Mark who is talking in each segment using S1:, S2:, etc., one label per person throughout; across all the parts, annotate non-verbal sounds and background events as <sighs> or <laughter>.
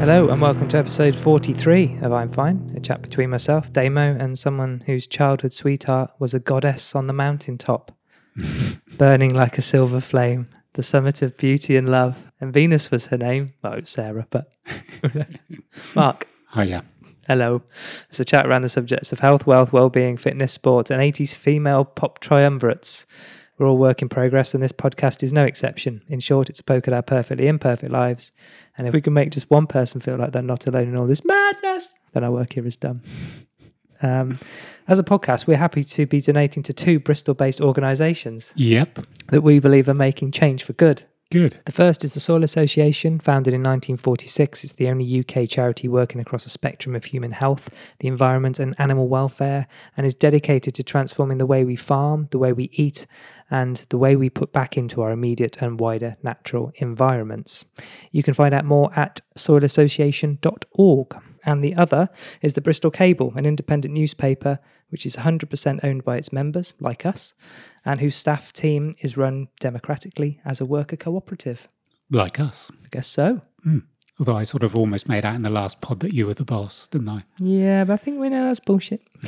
S1: Hello and welcome to episode 43 of I'm Fine, a chat between myself, Damo, and someone whose childhood sweetheart was a goddess on the mountaintop, burning like a silver flame, the summit of beauty and love. And Venus was her name. Well, it was Sarah, but <laughs> Mark.
S2: Oh yeah.
S1: Hello. It's a chat around the subjects of health, wealth, well-being, fitness, sports, and 80s female pop triumvirates. We're all work in progress, and this podcast is no exception. In short, it's a poke at our perfectly imperfect lives. And if we can make just one person feel like they're not alone in all this madness, then our work here is done. Um, as a podcast, we're happy to be donating to two Bristol based organisations
S2: Yep.
S1: that we believe are making change for good.
S2: Good.
S1: The first is the Soil Association, founded in 1946. It's the only UK charity working across a spectrum of human health, the environment, and animal welfare, and is dedicated to transforming the way we farm, the way we eat, and the way we put back into our immediate and wider natural environments. You can find out more at soilassociation.org. And the other is the Bristol Cable, an independent newspaper which is 100% owned by its members, like us, and whose staff team is run democratically as a worker cooperative.
S2: Like us.
S1: I guess so.
S2: Although I sort of almost made out in the last pod that you were the boss, didn't I?
S1: Yeah, but I think we know that's bullshit. <laughs>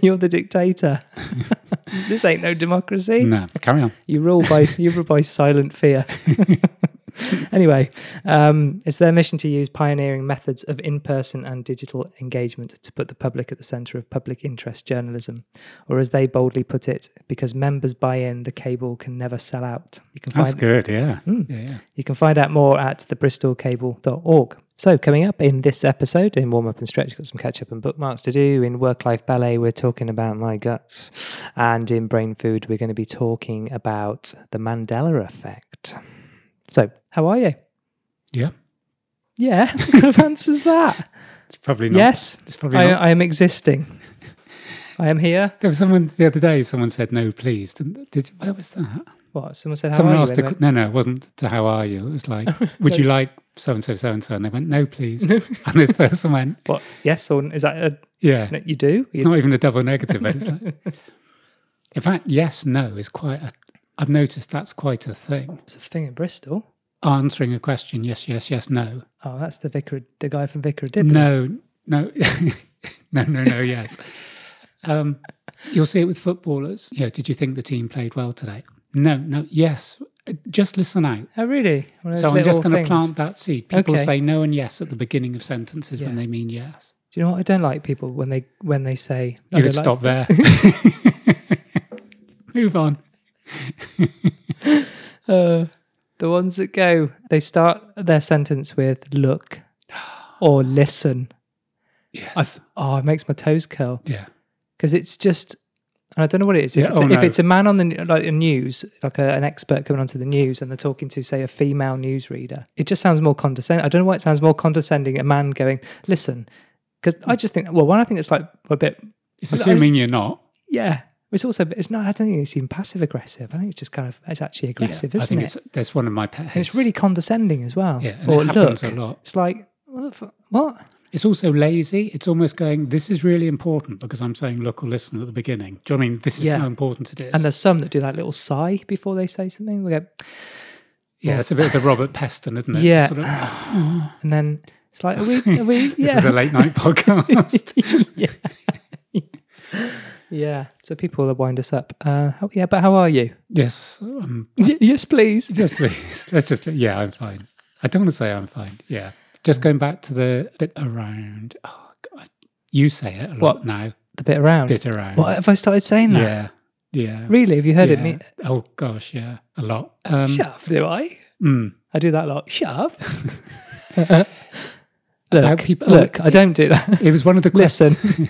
S1: You're the dictator. <laughs> this ain't no democracy.
S2: No. Carry on.
S1: You rule by you rule by silent fear. <laughs> anyway, um, it's their mission to use pioneering methods of in-person and digital engagement to put the public at the centre of public interest journalism, or as they boldly put it, because members buy in, the cable can never sell out. You can
S2: That's
S1: find
S2: good. Yeah. Yeah. yeah.
S1: you can find out more at thebristolcable.org. So, coming up in this episode, in warm up and stretch, got some catch up and bookmarks to do. In work life ballet, we're talking about my guts. And in brain food, we're going to be talking about the Mandela effect. So, how are you?
S2: Yeah.
S1: <laughs> Yeah, what kind of answers that?
S2: It's probably not.
S1: Yes,
S2: It's probably
S1: I,
S2: not.
S1: I am existing. I am here.
S2: there was someone the other day. Someone said no, please. Didn't, did where was that?
S1: What? Someone said, how
S2: someone
S1: are
S2: asked.
S1: you?
S2: a,
S1: anyway?
S2: qu- no, no, it wasn't. To how are you? It was <laughs> like, would you like so and so, so and so? And they went, no, please. <laughs> and this person went,
S1: What? Yes, or is that a,
S2: yeah.
S1: you do?
S2: It's not even a double negative. But it's like, <laughs> in fact, yes, no is quite. A, I've noticed that's quite a thing.
S1: It's a thing in Bristol.
S2: Answering a question, yes, yes, yes, no.
S1: Oh, that's the vicar, the guy from Vicar of Dibley.
S2: No, no, <laughs> no, no, no. Yes, um, you'll see it with footballers. Yeah, did you think the team played well today? No, no, yes. Just listen out.
S1: Oh, really? One of
S2: So
S1: those
S2: I'm just
S1: little
S2: going to
S1: things.
S2: plant that seed. People
S1: Okay.
S2: say no and yes at the beginning of sentences when
S1: Yeah.
S2: they mean yes.
S1: Do you know what I don't like people when they when they say I
S2: You could
S1: don't like-
S2: stop there.
S1: <laughs>
S2: Move on.
S1: Uh, the ones that go they start their sentence with
S2: <gasps>
S1: look or listen.
S2: Yes.
S1: Oh, it makes my toes curl
S2: yeah.
S1: because it's just. And I don't know what it is. If,
S2: Yeah,
S1: it's,
S2: oh,
S1: if
S2: no.
S1: it's a man on the n- like a news, like a, an expert coming onto the news, and they're talking to say a female newsreader, it just sounds more condescending. I don't know why it sounds more condescending. A man going, "Listen," because I just think. Well, one, I think it's like a bit
S2: It's
S1: I- I-
S2: assuming you're not.
S1: Yeah. It's also, it's not, I don't think it's even passive aggressive. I think it's just kind of, it's actually
S2: Yeah,
S1: aggressive,
S2: I
S1: isn't
S2: think
S1: it?
S2: it's that's one of my pet
S1: and it's
S2: hates.
S1: really condescending as well.
S2: yeah, and
S1: or
S2: it happens
S1: look,
S2: a lot.
S1: it's like, what? The fu- what?
S2: It's also lazy. It's almost going, this is really important because I'm saying look or listen at the beginning. Do you know what I mean? This is
S1: Yeah.
S2: how important it is.
S1: And there's some that do that little sigh before they say something. We go,
S2: yeah, it's a bit of the Robert Peston, isn't it?
S1: Oh. Yeah.
S2: Sort of, "Ah,
S1: and then it's like, are we, are we,
S2: <laughs> this
S1: yeah.
S2: is a late night podcast.
S1: <laughs> yeah. yeah. So people will wind us up. Uh, how, yeah, but how are
S2: <laughs>
S1: you?
S2: yes. Um,
S1: Y- yes, please.
S2: yes, please. Let's just, yeah, I'm fine. I don't want to say I'm fine. Yeah. Just going back to the bit around. Oh, God. You say it a lot
S1: What?
S2: now.
S1: The bit around.
S2: Bit around.
S1: What have I started saying that?
S2: Yeah. Yeah.
S1: Really? Have you heard it?
S2: yeah.
S1: Me-
S2: Oh, gosh. Yeah. A lot. Um,
S1: Shut up, do I?
S2: mm.
S1: I do that a lot. Shut up. <laughs>
S2: About
S1: look,
S2: people-
S1: look, I don't do that.
S2: It was one of the questions.
S1: <laughs> Listen,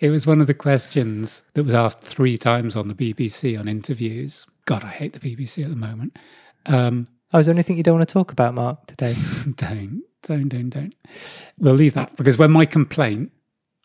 S2: It was one of the questions that was asked three times on the BBC on interviews. God, I hate the BBC at the moment. <laughs> Um,
S1: I was the only thing you don't want to talk about, Mark, today.
S2: don't, don't, don't, don't. We'll leave that because when my complaint,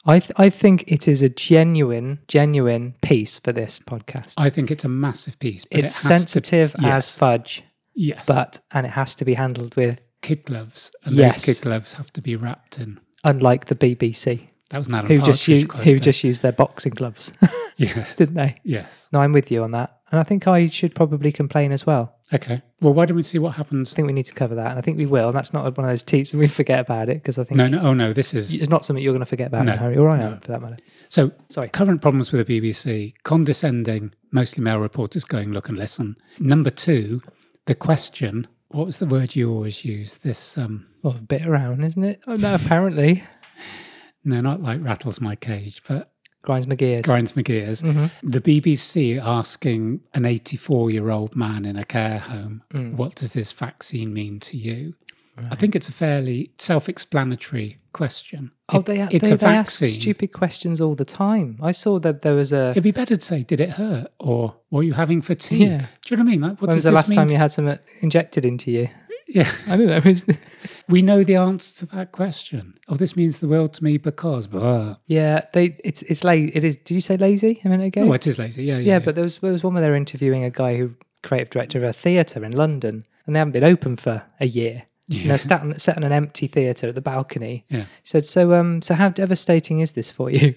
S1: I, th- I think it is a genuine, genuine piece for this podcast.
S2: I think it's a massive piece. But
S1: it's
S2: it has
S1: sensitive
S2: to, yes,
S1: as fudge,
S2: yes,
S1: but, and it has to be handled with,
S2: kid gloves and
S1: Yes.
S2: those kid gloves have to be wrapped in.
S1: unlike the BBC.
S2: That was an Alan
S1: who just
S2: Partridge
S1: u-
S2: quote,
S1: who
S2: but-
S1: just used their boxing gloves,
S2: <laughs>
S1: <laughs>
S2: yes,
S1: didn't they?
S2: yes.
S1: No, I'm with you on that, and I think I should probably complain as well.
S2: Okay. Well, why don't we see what happens?
S1: I think we need to cover that, and I think we will. And that's not one of those teats that we forget about it because I think
S2: No, no. Oh no, this is
S1: it's not something you're going to forget about,
S2: No,
S1: Harry, or I
S2: no.
S1: am for that matter.
S2: so.
S1: Sorry.
S2: Current problems with the BBC: condescending, mostly male reporters going look and listen. Number two, the question. What was the word you always use? This um,
S1: Well, Oh, a bit around, isn't it? Oh, no, apparently
S2: no, not like rattles my cage, but
S1: grinds my gears.
S2: grinds my gears.
S1: Mhm.
S2: The BBC asking an 84 year old man in a care home,
S1: Mm.
S2: what does this vaccine mean to you? I think it's a fairly self explanatory question.
S1: Oh,
S2: It-
S1: they, a-
S2: it's
S1: they,
S2: a
S1: they ask
S2: vaccine.
S1: stupid questions all the time. I saw that there was a.
S2: It'd be better to say, did it hurt? Or were you having fatigue?
S1: Yeah.
S2: Do you know what I mean? Like, what
S1: when
S2: does
S1: was the
S2: this
S1: last
S2: mean
S1: time
S2: to-
S1: you had something injected into you?
S2: <laughs> Yeah.
S1: I don't know. Is
S2: We know the answer to that question. Oh, this means the world to me because. "Oh, Blah.
S1: yeah, they. It's it's like it is. Did you say lazy a minute ago?
S2: Oh, it is lazy. Yeah, yeah.
S1: yeah, but there was there was one where they were interviewing a guy who creative director of a theatre in London, and they haven't been open for a year. And they're sat on, sat in an empty theatre at the balcony.
S2: Yeah.
S1: He said, "So, um, so how devastating is this for you?"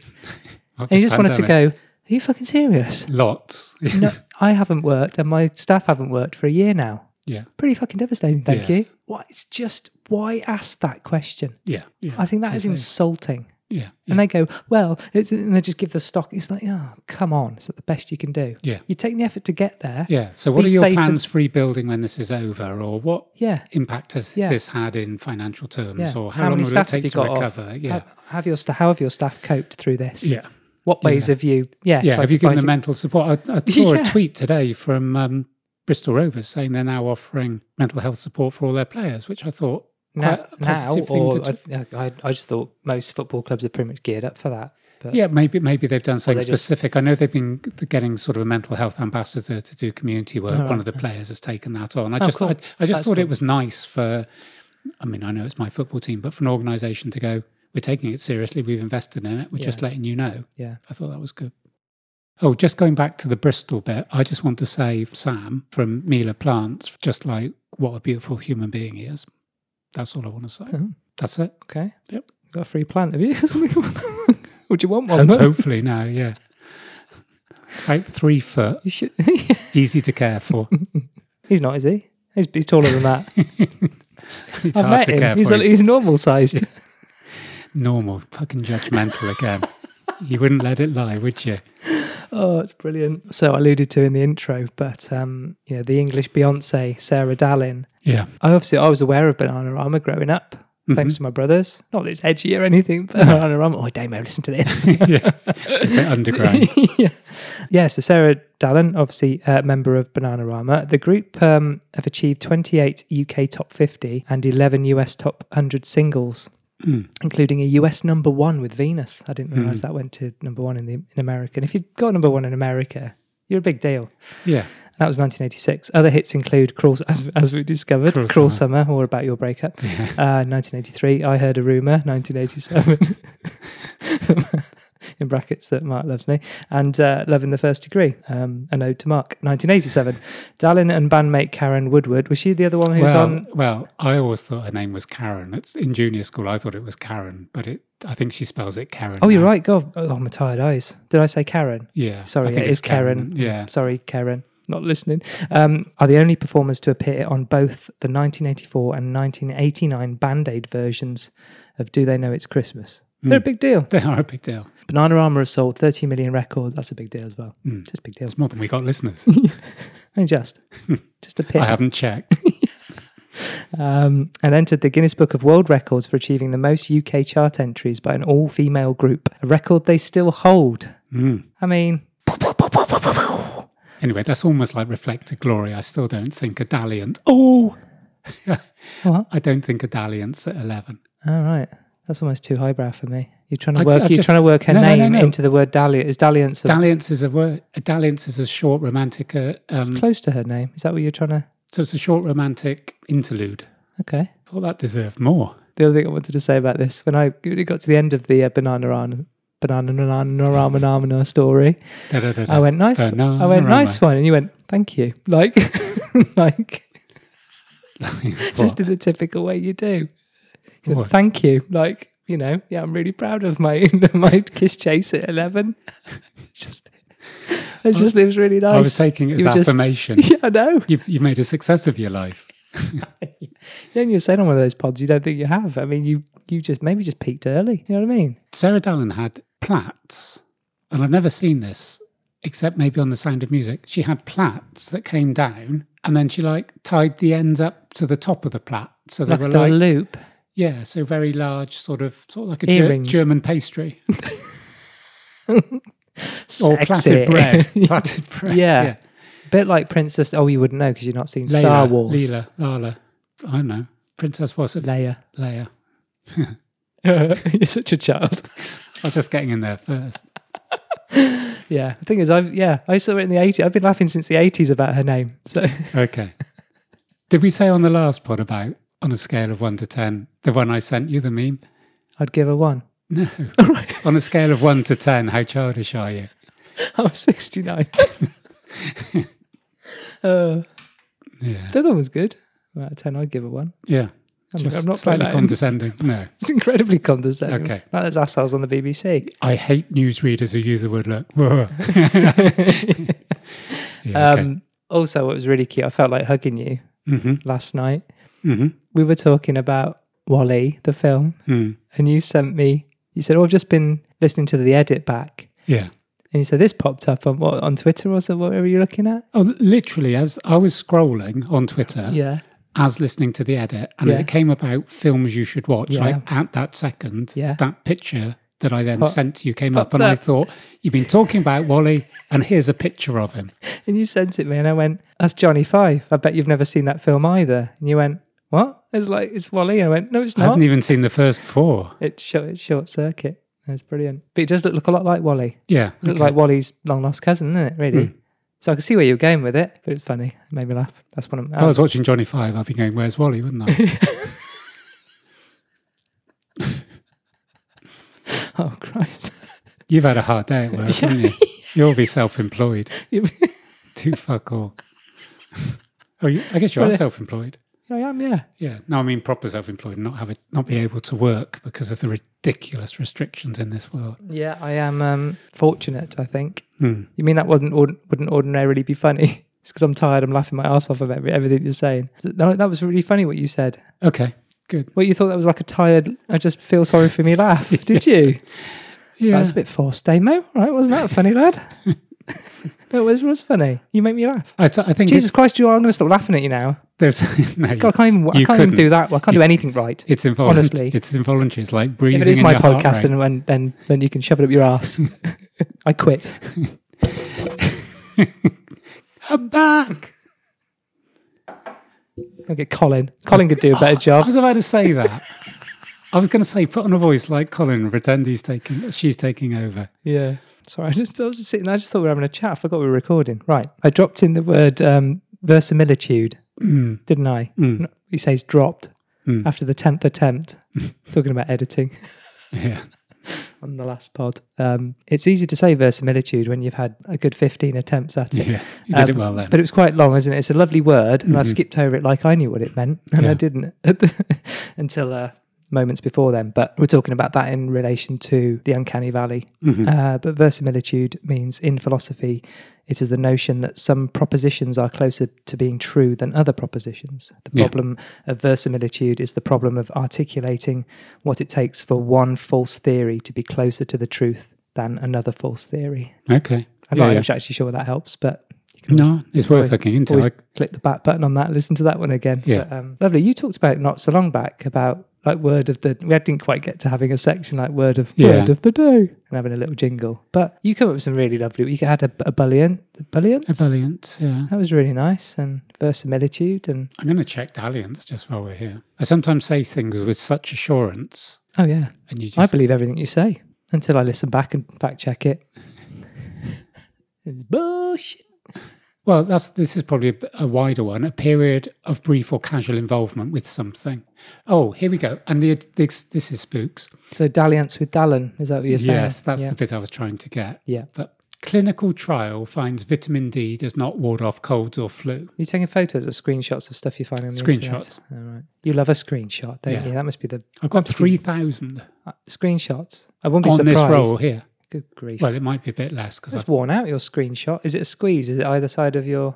S2: What
S1: And he
S2: this
S1: just wanted to
S2: pandemic.
S1: go. Are you fucking
S2: <laughs>
S1: serious?
S2: Lots.
S1: No, I haven't worked, and my staff haven't worked for a year now.
S2: yeah.
S1: Pretty fucking devastating. Thank you.
S2: Yes.
S1: What? It's just why ask that question?
S2: Yeah. Yeah.
S1: I think that is
S2: Totally.
S1: insulting.
S2: Yeah.
S1: And they go, well, it's, and they just give the stock. It's like, oh, come on. Is that the best you can do?
S2: Yeah.
S1: You're taking the effort to get there.
S2: Yeah. So, what
S1: Be
S2: are your
S1: safe and-
S2: plans for rebuilding when this is over, or what
S1: Yeah.
S2: impact has
S1: Yeah.
S2: this had in financial terms,
S1: Yeah.
S2: or
S1: How
S2: how, long
S1: many
S2: will it
S1: staff have
S2: take
S1: you
S2: to
S1: got off?
S2: recover? Yeah.
S1: Have, have your sta- how have your staff coped through this?
S2: yeah.
S1: What ways have you? Yeah.
S2: Yeah.
S1: tried
S2: Have
S1: to
S2: you given
S1: find
S2: them
S1: it?
S2: mental support? I, I saw
S1: Yeah.
S2: a tweet today from um, Bristol Rovers saying they're now offering mental health support for all their players, which I thought
S1: now?
S2: quite a
S1: now
S2: positive thing
S1: or
S2: to
S1: I, I, I just thought most football clubs are pretty much geared up for that. But
S2: Yeah, maybe maybe they've done something
S1: they just-
S2: specific. I know they've been g- getting sort of a mental health ambassador to do community
S1: Oh,
S2: work. One of the players has taken that on. I just
S1: cool.
S2: I, I just
S1: That's
S2: thought
S1: cool.
S2: it was nice for. I mean, I know it's my football team, but for an organisation to go, we're taking it seriously. We've invested in it. We're just
S1: Yeah.
S2: letting you know.
S1: yeah.
S2: I thought that was good. Oh, just going back to the Bristol bit, I just want to save Sam from Mila Plants, just like what a beautiful human being he is. That's all I want to say.
S1: Oh.
S2: That's it.
S1: Okay.
S2: Yep.
S1: Got a free plant of you? <laughs> Would you want one?
S2: Ho- Oh,
S1: <laughs>
S2: hopefully now, yeah. About three foot.
S1: You should. <laughs>
S2: easy to care for.
S1: he's not, is he? He's, he's taller than
S2: <laughs>
S1: that.
S2: It's
S1: I've
S2: hard
S1: met
S2: to
S1: him.
S2: care
S1: He's,
S2: for.
S1: a,
S2: He's
S1: he's normal sized.
S2: normal, fucking judgmental again. you wouldn't let it lie, would you?
S1: <laughs> Oh, it's brilliant. So I alluded to in the intro, but um, you know, the English Beyonce, Sarah Dallin.
S2: Yeah.
S1: I obviously I was aware of Banana Rama growing up,
S2: Mm-hmm.
S1: thanks to my brothers. Not that it's edgy or anything, but Banana Rama. Oh, Damo, listen to this.
S2: <laughs> yeah. It's a bit
S1: <laughs>
S2: underground.
S1: yeah. yeah, so Sarah Dallin, obviously a member of Banana Rama. The group um, have achieved 28 UK top 50 and 11 US top 100 singles,
S2: Hmm.
S1: including a US number one with Venus. I didn't realize that went to number one in, the, in America. And if you've got number one in America, you're a big deal.
S2: Yeah.
S1: That was 1986. Other hits include Cruel, as, as we discovered, Cruel,
S2: Cruel
S1: Summer. or About Your <laughs> Breakup, uh, 1983. I Heard a Rumor, 1987. <laughs> In brackets that Mark loves me, and uh, Love in the First Degree, um, an ode to Mark, 1987. Dallin and bandmate Karen Woodward. Was she the other one who was
S2: Well,
S1: on?
S2: well, I always thought her name was Karen. It's in junior school. I thought it was Karen, but it. I think she spells it Karen.
S1: Oh, you're
S2: now.
S1: right. God, oh, my tired eyes. Did I say Karen?
S2: Yeah. I
S1: Sorry,
S2: think
S1: it is Karen. <laughs>
S2: Yeah. <laughs>
S1: Sorry, Karen. Not listening. Um, are the only performers to appear on both the 1984 and 1989 Band Aid versions of Do They Know It's Christmas?
S2: Hmm.
S1: They're a big deal.
S2: They are a big deal.
S1: Banana Armour have sold 30 million records. That's a big deal as well.
S2: Hmm.
S1: Just a big deal.
S2: It's more than we got
S1: <laughs>
S2: listeners.
S1: And
S2: <laughs>
S1: just, just a
S2: I
S1: pit.
S2: haven't checked.
S1: Um, and entered the Guinness Book of World Records for achieving the most UK chart entries by an all female group, a record they still hold.
S2: Hmm.
S1: I mean,
S2: Anyway, that's almost like reflected glory. I still don't think a dalliance. Oh, <laughs>
S1: What?
S2: I don't think a dalliance at eleven.
S1: All right. That's almost too highbrow for me. You're trying to
S2: I-
S1: work.
S2: I've
S1: you're
S2: just-
S1: trying to work her
S2: No, no, no,
S1: name
S2: no.
S1: into the word dalliance. Is dalliance a-
S2: Dalliance is a word. A dalliance is a short romantic. Uh, um,
S1: close to her name? Is that what you're trying to?
S2: so it's a short romantic interlude.
S1: Okay.
S2: Thought that deserved more.
S1: The other thing I wanted to say about this, when I it got to the end of the uh, banana rana banana banana rama rama story,
S2: Da, da, da, da.
S1: I went nice. I went
S2: Bananarama.
S1: nice one, and you went thank you. Like, <laughs> like
S2: What?
S1: <laughs> just in the typical way you do. You went,
S2: What?
S1: Thank you. Like you know, yeah, I'm really proud of my <laughs> my kiss chase at 11. <laughs> It's just, it's just, it was really nice.
S2: I was taking it
S1: You
S2: as
S1: were just-
S2: affirmation.
S1: <laughs> yeah, I know.
S2: You've, you've made a success of your life.
S1: Yeah, and you're saying on one of those pods you don't think you have. I mean, you you just maybe just peaked early. You know what I mean?
S2: Sarah Dallin had plaits, and I've never seen this except maybe on The Sound of Music. She had plaits that came down, and then she like tied the ends up to the top of the plait, so they
S1: Like
S2: were
S1: the
S2: like
S1: loop.
S2: yeah, so very large, sort of sort of like a Ger-
S1: Earrings. <laughs>
S2: German pastry or
S1: Sexy.
S2: plaited bread,
S1: <laughs>
S2: plaited bread.
S1: Yeah. Bit like Princess. Oh, you wouldn't know because you've not seen
S2: Layla,
S1: Star Wars.
S2: Leela, Lala. I don't know. Princess was it?
S1: Leia.
S2: Leia. <laughs>
S1: you're such a child.
S2: I was just getting in there first.
S1: Yeah. The thing is, I've yeah, I saw it in the 80s. I've been laughing since the 80s about her name. So <laughs>
S2: Okay. <laughs> Did we say on the last pod about on a scale of one to ten, the one I sent you, the meme?
S1: I'd give her one.
S2: No. on a scale of one to ten, how childish are you?
S1: I was <laughs>
S2: <laughs>
S1: 69. uh,
S2: Yeah.
S1: the other one was good. Out of 10, I'd give her one.
S2: Yeah.
S1: I'm,
S2: Just
S1: I'm not
S2: slightly
S1: putting that in.
S2: condescending. No.
S1: It's incredibly condescending.
S2: Okay.
S1: Like those assholes on the
S2: <laughs>
S1: BBC.
S2: I hate newsreaders who use the word <laughs> look. Whoa. yeah, okay.
S1: Um, also, what was really cute, I felt like hugging you
S2: Mhm,
S1: last night.
S2: mhm,
S1: We were talking about Wally, the film,
S2: mm.
S1: and you sent me, you said, Oh, I've just been listening to the edit back.
S2: Yeah.
S1: And you said, This popped up on what, on Twitter or so, whatever you're looking at.
S2: Oh, literally, as I was scrolling on Twitter,
S1: Yeah.
S2: as listening to the edit, and as
S1: Yeah.
S2: it came about films you should watch,
S1: Yeah.
S2: like at that second,
S1: Yeah.
S2: that picture that I then
S1: Pop-
S2: sent to you came up,
S1: popped
S2: and I
S1: up.
S2: thought, you've been talking about Wally, and here's a picture of him.
S1: And you sent it me, and I went, "That's Johnny Five. I bet you've never seen that film either." And you went, "What?" It's like it's Wally. And I went, "No, it's
S2: I
S1: not.
S2: haven't even seen the first four.
S1: it's short. It's short circuit. That's brilliant. But it does look, look a lot like Wally.
S2: Yeah.
S1: It looked
S2: okay. Hmm.
S1: like Wally's long lost cousin, isn't it? Really." So I could see where you were going with it, but it's funny. It made me laugh. That's one of
S2: if I
S1: my.
S2: was watching Johnny Five, I'd be going, where's Wally, wouldn't I?
S1: <laughs> Oh Christ! <laughs>
S2: You've had a hard day at work, haven't you? You'll be self <laughs> employed.
S1: You-
S2: Do fuck all. Oh, you, I guess you are
S1: Well, uh,
S2: self employed.
S1: I am, yeah.
S2: Yeah. No, I mean proper self employed, not have it, not be able to work because of the ridiculous restrictions in this world.
S1: Yeah, I am um, fortunate. I think.
S2: Hmm.
S1: You mean that wouldn't ord- wouldn't ordinarily be funny? <laughs> It's because I'm tired. I'm laughing my ass off of every, everything you're saying. No, that was really funny what you said.
S2: Okay. Good.
S1: Well, you thought that was like a tired, I just feel sorry for me laugh,
S2: <laughs>
S1: did you?
S2: Yeah.
S1: That's a bit forced, Damo. Right? Wasn't that funny,
S2: <laughs>
S1: lad? <laughs> that was, was funny. You make me laugh.
S2: I, th- I think
S1: Jesus Christ, you are. I'm going to stop laughing at you now.
S2: it's, there's <laughs> no,
S1: God, I can't even, I
S2: You
S1: can't even
S2: couldn't.
S1: do that. I can't do anything right.
S2: it's involuntary.
S1: honestly.
S2: it's involuntary. It's like breathing.
S1: If it is
S2: in
S1: my
S2: your heart
S1: podcast,
S2: rate.
S1: then, when, then then you can shove it up your
S2: <laughs>
S1: ass. <laughs> I quit.
S2: I'm back.
S1: I'll get Colin. Colin could do a better
S2: <laughs> I
S1: job.
S2: was about to say that. I was going to say, put on a voice like Colin, and pretend he's taking, she's taking over.
S1: Yeah. Sorry, <laughs> I just I was just sitting. there, I just thought we were having a chat. I forgot we were recording. Right. I dropped in the word um, verisimilitude,
S2: Mm,
S1: didn't I?
S2: mm,
S1: No, He says dropped
S2: Hmm.
S1: after the tenth attempt. Talking about editing <laughs>
S2: yeah.
S1: on the last pod. Um, it's easy to say verisimilitude when you've had a good fifteen attempts at it.
S2: Yeah. You did
S1: Um,
S2: it well then.
S1: But it was quite long, isn't it? It's a lovely word, and I skipped over it like I knew what it meant, and I
S2: Mm-hmm. Yeah.
S1: didn't <laughs> until uh, moments before then. But we're talking about that in relation to the uncanny valley.
S2: Mm-hmm.
S1: Uh, but verisimilitude means, in philosophy, it is the notion that some propositions are closer to being true than other propositions. The
S2: Yeah.
S1: problem of verisimilitude is the problem of articulating what it takes for one false theory to be closer to the truth than another false theory.
S2: Okay.
S1: I'm
S2: Yeah,
S1: not
S2: yeah.
S1: actually sure that helps, but you can
S2: No, it's worth
S1: always-
S2: looking into.
S1: always
S2: I-
S1: click the back button on that. Listen to that one again.
S2: Yeah.
S1: But, um, lovely. You talked about not so long back about like word of the. We didn't quite get to having a section like word of
S2: Yeah.
S1: word of the day and having a little jingle. But you come up with some really lovely. You had a, a bullion, the bullion.
S2: a valiant, yeah.
S1: That was really nice and verisimilitude and
S2: I'm going to check dalliance just while we're here. I sometimes say things with such assurance,
S1: oh yeah,
S2: and you just
S1: I believe everything you say until I listen back and fact check <laughs> it. it's bullshit.
S2: Well, that's this is probably a, b- a wider one, a period of brief or casual involvement with something. Oh, here we go. And the, this this is spooks.
S1: So dalliance with Dallin is that what you're saying?
S2: yes, that's
S1: yeah.
S2: the bit I was trying to get.
S1: Yeah.
S2: But Clinical trial finds vitamin D does not ward off colds or flu.
S1: Are you taking photos or screenshots of stuff you find on the
S2: Screenshots.
S1: internet? All right. You love a screenshot, don't
S2: Yeah.
S1: you? That must be the
S2: I've got
S1: That's good.
S2: 3,000
S1: uh, screenshots. I wouldn't be
S2: on
S1: surprised.
S2: this roll here.
S1: Good grief.
S2: Well, uh, it might be a bit less because
S1: That's
S2: I've
S1: worn out your screenshot. Is it a squeeze? Is it either side of your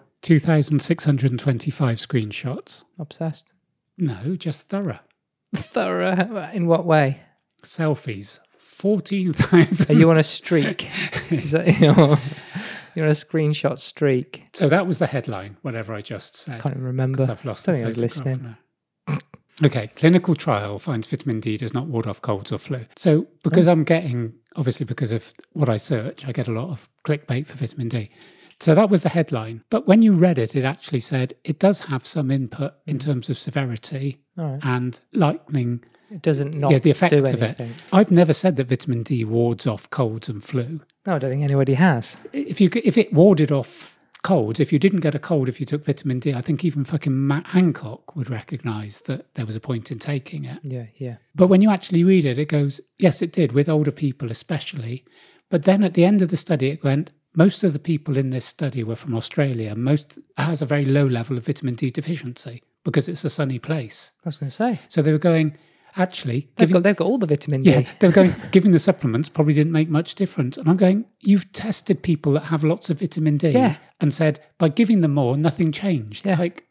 S2: 2,625 screenshots.
S1: obsessed? <laughs>
S2: No, just thorough.
S1: Thorough. In what way?
S2: Selfies. 14,000.
S1: Are you on a
S2: <laughs>
S1: streak? Is that your, you're on a screenshot streak?
S2: So that was the headline, whatever I just said.
S1: Can't even remember.
S2: because I've lost
S1: I
S2: the
S1: don't think I was
S2: photograph now. okay, clinical trial finds vitamin D does not ward off colds or flu. So
S1: Oh.
S2: because I'm getting, obviously because of what I search, I get a lot of clickbait for vitamin D. So that was the headline. But when you read it, it actually said it does have some input in terms of severity
S1: Mm. All right.
S2: and lightening
S1: It doesn't not
S2: yeah, the effect
S1: do
S2: of it.
S1: anything.
S2: I've never said that vitamin D wards off colds and flu.
S1: No, I don't think anybody has.
S2: If you if it warded off colds, if you didn't get a cold if you took vitamin D, I think even fucking Matt Hancock would recognise that there was a point in taking it.
S1: Yeah, yeah.
S2: But when you actually read it, it goes, yes, it did with older people especially. But then at the end of the study, it went. Most of the people in this study were from Australia. Most has a very low level of vitamin D deficiency because it's a sunny place.
S1: I was going to say.
S2: So they were going, actually,
S1: They've
S2: giving
S1: got, they've got all the vitamin D.
S2: yeah, they were going, giving the supplements probably didn't make much difference. And I'm going, you've tested people that have lots of vitamin D
S1: Yeah.
S2: and said, by giving them more, nothing changed.
S1: Yeah.
S2: Like,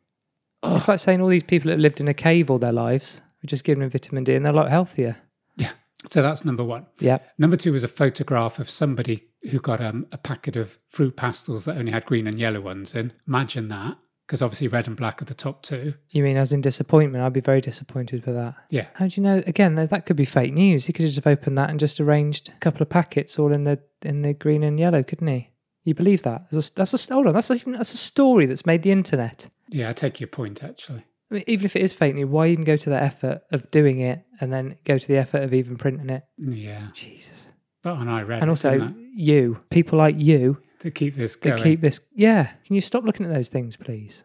S1: It's like saying all these people that lived in a cave all their lives, we just give them vitamin D and they're a lot healthier.
S2: yeah. So that's number one.
S1: Yeah.
S2: Number two was a photograph of somebody who got um, a packet of fruit pastels that only had green and yellow ones in. Imagine that, because obviously red and black are the top two.
S1: You mean as in disappointment? I'd be very disappointed with that.
S2: Yeah.
S1: How do you know? Again, tha- that could be fake news. He could have just opened that and just arranged a couple of packets all in the in the green and yellow, couldn't he? You believe that? That's a, that's a hold on. That's a, that's a story that's made the internet.
S2: Yeah, I take your point, actually.
S1: I mean, even if it is fake news, why even go to the effort of doing it and then go to the effort of even printing it?
S2: Yeah.
S1: Jesus.
S2: But on I read
S1: And also,
S2: that,
S1: you people like you
S2: to keep this
S1: that
S2: going.
S1: keep this. Yeah. Can you stop looking at those things, please?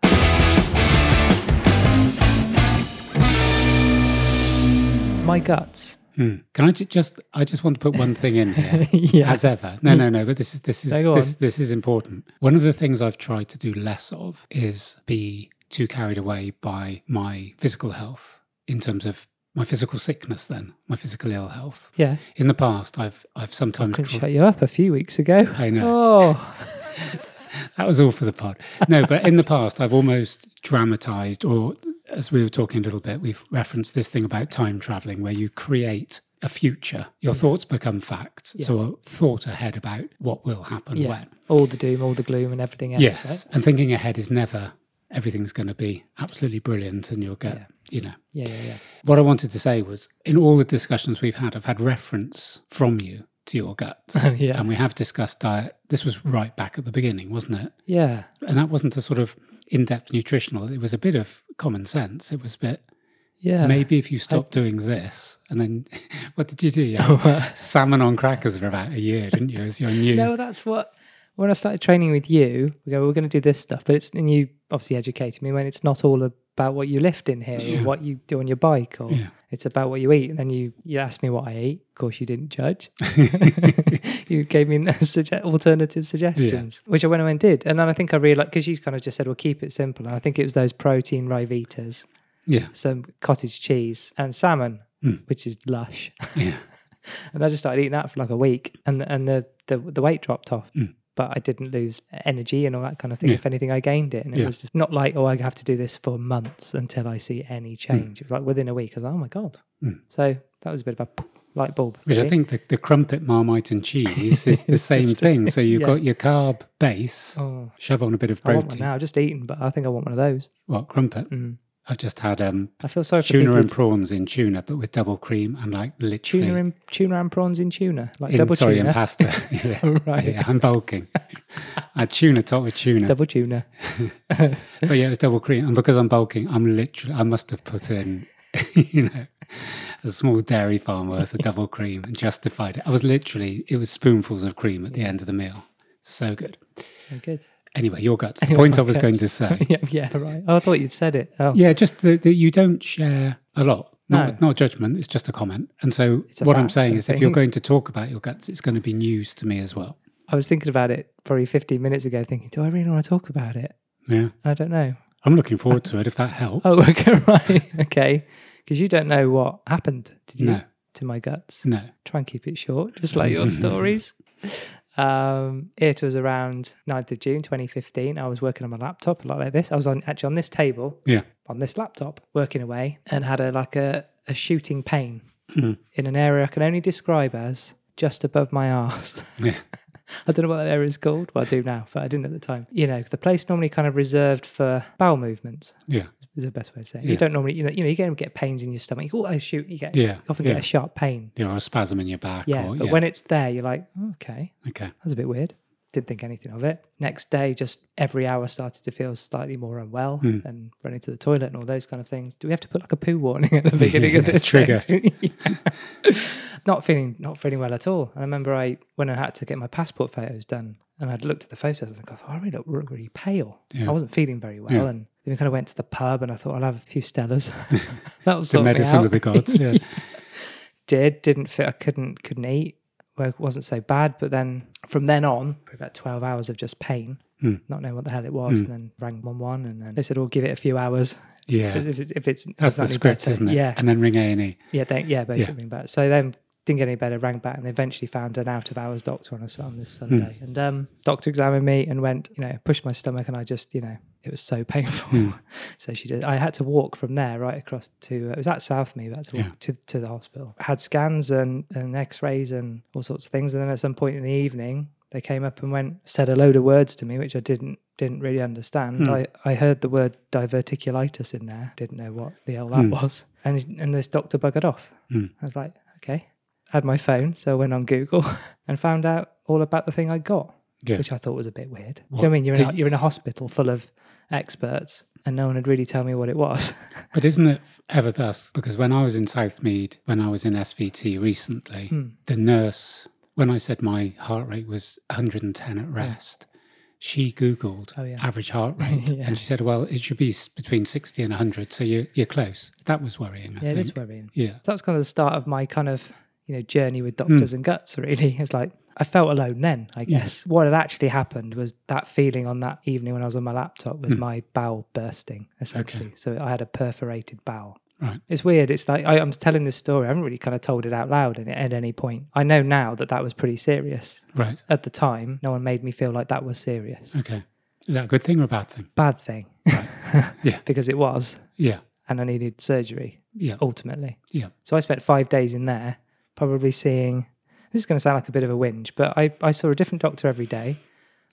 S1: My guts.
S2: Hmm. Can I ju- just? I just want to put one thing in here.
S1: <laughs> yeah.
S2: as ever. No, no, no. But this is this is
S1: No, go
S2: this,
S1: on.
S2: this is important. One of the things I've tried to do less of is be too carried away by my physical health in terms of my physical sickness. Then my physical ill health.
S1: yeah.
S2: In the past, I've I've sometimes
S1: Couldn't
S2: dr-
S1: shut you up a few weeks ago.
S2: I know.
S1: Oh,
S2: That was all for the pod. No, but in the past, I've almost dramatized, or as we were talking a little bit, we've referenced this thing about time traveling where you create a future. Your thoughts become facts. So a thought ahead about what will happen
S1: yeah.
S2: when.
S1: All the doom, all the gloom, and everything else.
S2: Yes.
S1: Right?
S2: And thinking ahead is never everything's going to be absolutely brilliant and you'll get, you know.
S1: Yeah, yeah, yeah.
S2: What I wanted to say was in all the discussions we've had, I've had reference from you to your guts.
S1: <laughs> yeah.
S2: And we have discussed diet. This was right back at the beginning, wasn't it?
S1: yeah.
S2: and that wasn't a sort of in-depth nutritional it was a bit of common sense it was a bit
S1: Yeah.
S2: maybe if you stop doing this and then <laughs> what did you do
S1: Oh,
S2: You had salmon on crackers for about a year didn't you as your new
S1: uh. No, that's what. When I started training with you, we go, we're going to do this stuff, but it's and you obviously educated me when it's not all about what you lift in here
S2: Yeah.
S1: or what you do on your bike or
S2: Yeah.
S1: it's about what you eat. And then you you asked me what I eat. Of course, you didn't
S2: <laughs>
S1: judge. <laughs> you gave me suge- alternative suggestions, which I went away and did. And then I think I realized because you kind of just said, well, keep it simple. And I think it was those protein rivitas,
S2: yeah
S1: some cottage cheese, and salmon,
S2: Mm.
S1: which is lush.
S2: yeah
S1: And I just started eating that for like a week, and and the the, the weight dropped off.
S2: Mm.
S1: But I didn't lose energy and all that kind of thing.
S2: Yeah.
S1: If anything, I gained it, and it
S2: Yeah.
S1: was just not like oh, I have to do this for months until I see any change. It was like within a week, I was like, oh my god.
S2: Mm.
S1: So that was a bit of a light bulb.
S2: which i
S1: really.
S2: think the, the crumpet marmite and
S1: <laughs>
S2: cheese is the same
S1: Just-
S2: thing so you've
S1: yeah.
S2: got your carb base
S1: Oh,
S2: shove on a bit of
S1: I want one
S2: protein
S1: now. I've just eaten, but I think I want one of those.
S2: what crumpet
S1: Mm.
S2: i've just had um
S1: I feel sorry for
S2: tuna
S1: people
S2: and
S1: who-
S2: prawns in tuna but with double cream and like literally
S1: tuna and tuna and prawns in tuna, like
S2: in-
S1: double
S2: sorry in
S1: tuna, <laughs>
S2: pasta yeah
S1: Right.
S2: yeah i'm bulking
S1: <laughs>
S2: i tuna top with tuna
S1: double tuna.
S2: <laughs> But Oh, yeah, it was double cream, and because I'm bulking, I'm literally I must have put in, <laughs> you know, a small dairy farm worth of double cream and justified it. I was literally it was spoonfuls of cream at the end of the meal. So good.
S1: Very Good. <laughs>
S2: Anyway, your guts. The point I was going to say.
S1: yeah, yeah, right. Oh, I thought you'd said it. Oh,
S2: Yeah, just that that you don't share a lot. Not,
S1: No.
S2: not judgment, it's just a comment. And so
S1: a
S2: what I'm
S1: fact,
S2: saying
S1: I
S2: is if you're
S1: think.
S2: going to talk about your guts, it's going to be news to me as well.
S1: I was thinking about it probably 15 minutes ago, thinking, do I really want to talk about it?
S2: Yeah.
S1: I don't know.
S2: I'm looking forward to it if that helps.
S1: Oh, <laughs> okay, right. Okay. Because you don't know what happened, did you?
S2: no,
S1: To my guts.
S2: no.
S1: Try and keep it short, just like
S2: <laughs>
S1: your stories. Um, it was around 9th of June 2015. I was working on my laptop, a lot like this. I was on actually on this table,
S2: Yeah.
S1: on this laptop, working away, and had a like a, a shooting pain
S2: Hmm.
S1: in an area I can only describe as just above my <laughs> arse.
S2: Yeah.
S1: I don't know what that area is called. Well, I do now, but I didn't at the time. You know, the place normally kind of reserved for bowel movements
S2: Yeah.
S1: is the best way to say it.
S2: Yeah.
S1: You don't normally, you know, you know, you can get pains in your stomach. You always shoot, you get, you
S2: Yeah.
S1: often
S2: yeah.
S1: get a sharp pain.
S2: yeah, or a spasm in your back.
S1: Yeah,
S2: Or,
S1: but
S2: yeah.
S1: when it's there, you're like, "Oh, okay,
S2: okay.
S1: that's a bit weird. Didn't think anything of it. Next day, just every hour started to feel slightly more unwell
S2: Hmm.
S1: and running to the toilet and all those kind of things. Do we have to put like a poo warning
S2: <laughs>
S1: at the beginning of
S2: Yeah,
S1: this
S2: trigger.
S1: section? <laughs> Yeah. not feeling, not feeling well at all. And I remember I when I had to get my passport photos done, and I'd looked at the photos and I thought, oh, I really look re- really pale.
S2: Yeah.
S1: I wasn't feeling very well,
S2: Yeah.
S1: and then we kind of went to the pub, and I thought I'll have a few Stellas. <laughs> that was
S2: The medicine of the gods. <laughs> Yeah.
S1: did didn't fit i couldn't couldn't eat work wasn't so bad but then from then on probably about 12 hours of just pain
S2: Hmm.
S1: not knowing what the hell it was and then rang 1-1 and then they said oh give it a few hours if,
S2: yeah.
S1: it's, if, it's, if it's
S2: That's
S1: it's
S2: the
S1: not any
S2: script,
S1: better.
S2: isn't it?
S1: yeah
S2: And then ring A and E.
S1: yeah they, yeah basically but so then didn't get any better rang back and eventually found an out of hours doctor on us on this sunday and um doctor examined me and went you know pushed my stomach and i just you know it was so <laughs> painful so she did. I had to walk from there right across to uh, it was at Southmead. but I had to walk
S2: Yeah.
S1: to, to the hospital. Had scans and, and X rays and all sorts of things. And then at some point in the evening, they came up and went said a load of words to me, which I didn't didn't really understand.
S2: Hmm.
S1: I, I heard the word diverticulitis in there. Didn't know what the hell that was. And and this doctor buggered off.
S2: Hmm.
S1: I was like, okay. Had my phone, so I went on Google <laughs> and found out all about the thing I got
S2: Yeah.
S1: which I thought was a bit weird. Do you know
S2: What
S1: what I mean? You're in, a,
S2: the-
S1: you're in a hospital full of experts, and no one would really tell me what it was.
S2: But isn't it ever thus? Because when I was in Southmead, when I was in SVT recently, the nurse, when I said my heart rate was 110 at rest, she Googled
S1: Oh, yeah.
S2: average <laughs> heart rate
S1: Yeah.
S2: and she said, well, it should be s- between 60 and 100. So you're, you're close. That was worrying, I
S1: <laughs> yeah, it
S2: think.
S1: is worrying.
S2: Yeah.
S1: So that was kind of the start of my kind of you know journey with
S2: Hmm.
S1: doctors and guts. Really, <laughs> it was like I felt alone then. I guess what had actually happened was that feeling on that evening when I was on my laptop was
S2: Hmm.
S1: my bowel bursting essentially. So I had a perforated bowel.
S2: Right.
S1: It's weird. It's like I, I'm telling this story. I haven't really kind of told it out loud at, at any point. I know now that that was pretty serious.
S2: Right.
S1: At the time, no one made me feel like that was serious.
S2: Okay. Is that a good thing or a bad thing?
S1: bad thing. <laughs>
S2: Yeah.
S1: Because it was,
S2: Yeah.
S1: and I needed surgery
S2: Yeah.
S1: ultimately.
S2: Yeah.
S1: So I spent five days in there, probably seeing. This is going to sound like a bit of a whinge, but I, I saw a different doctor every day.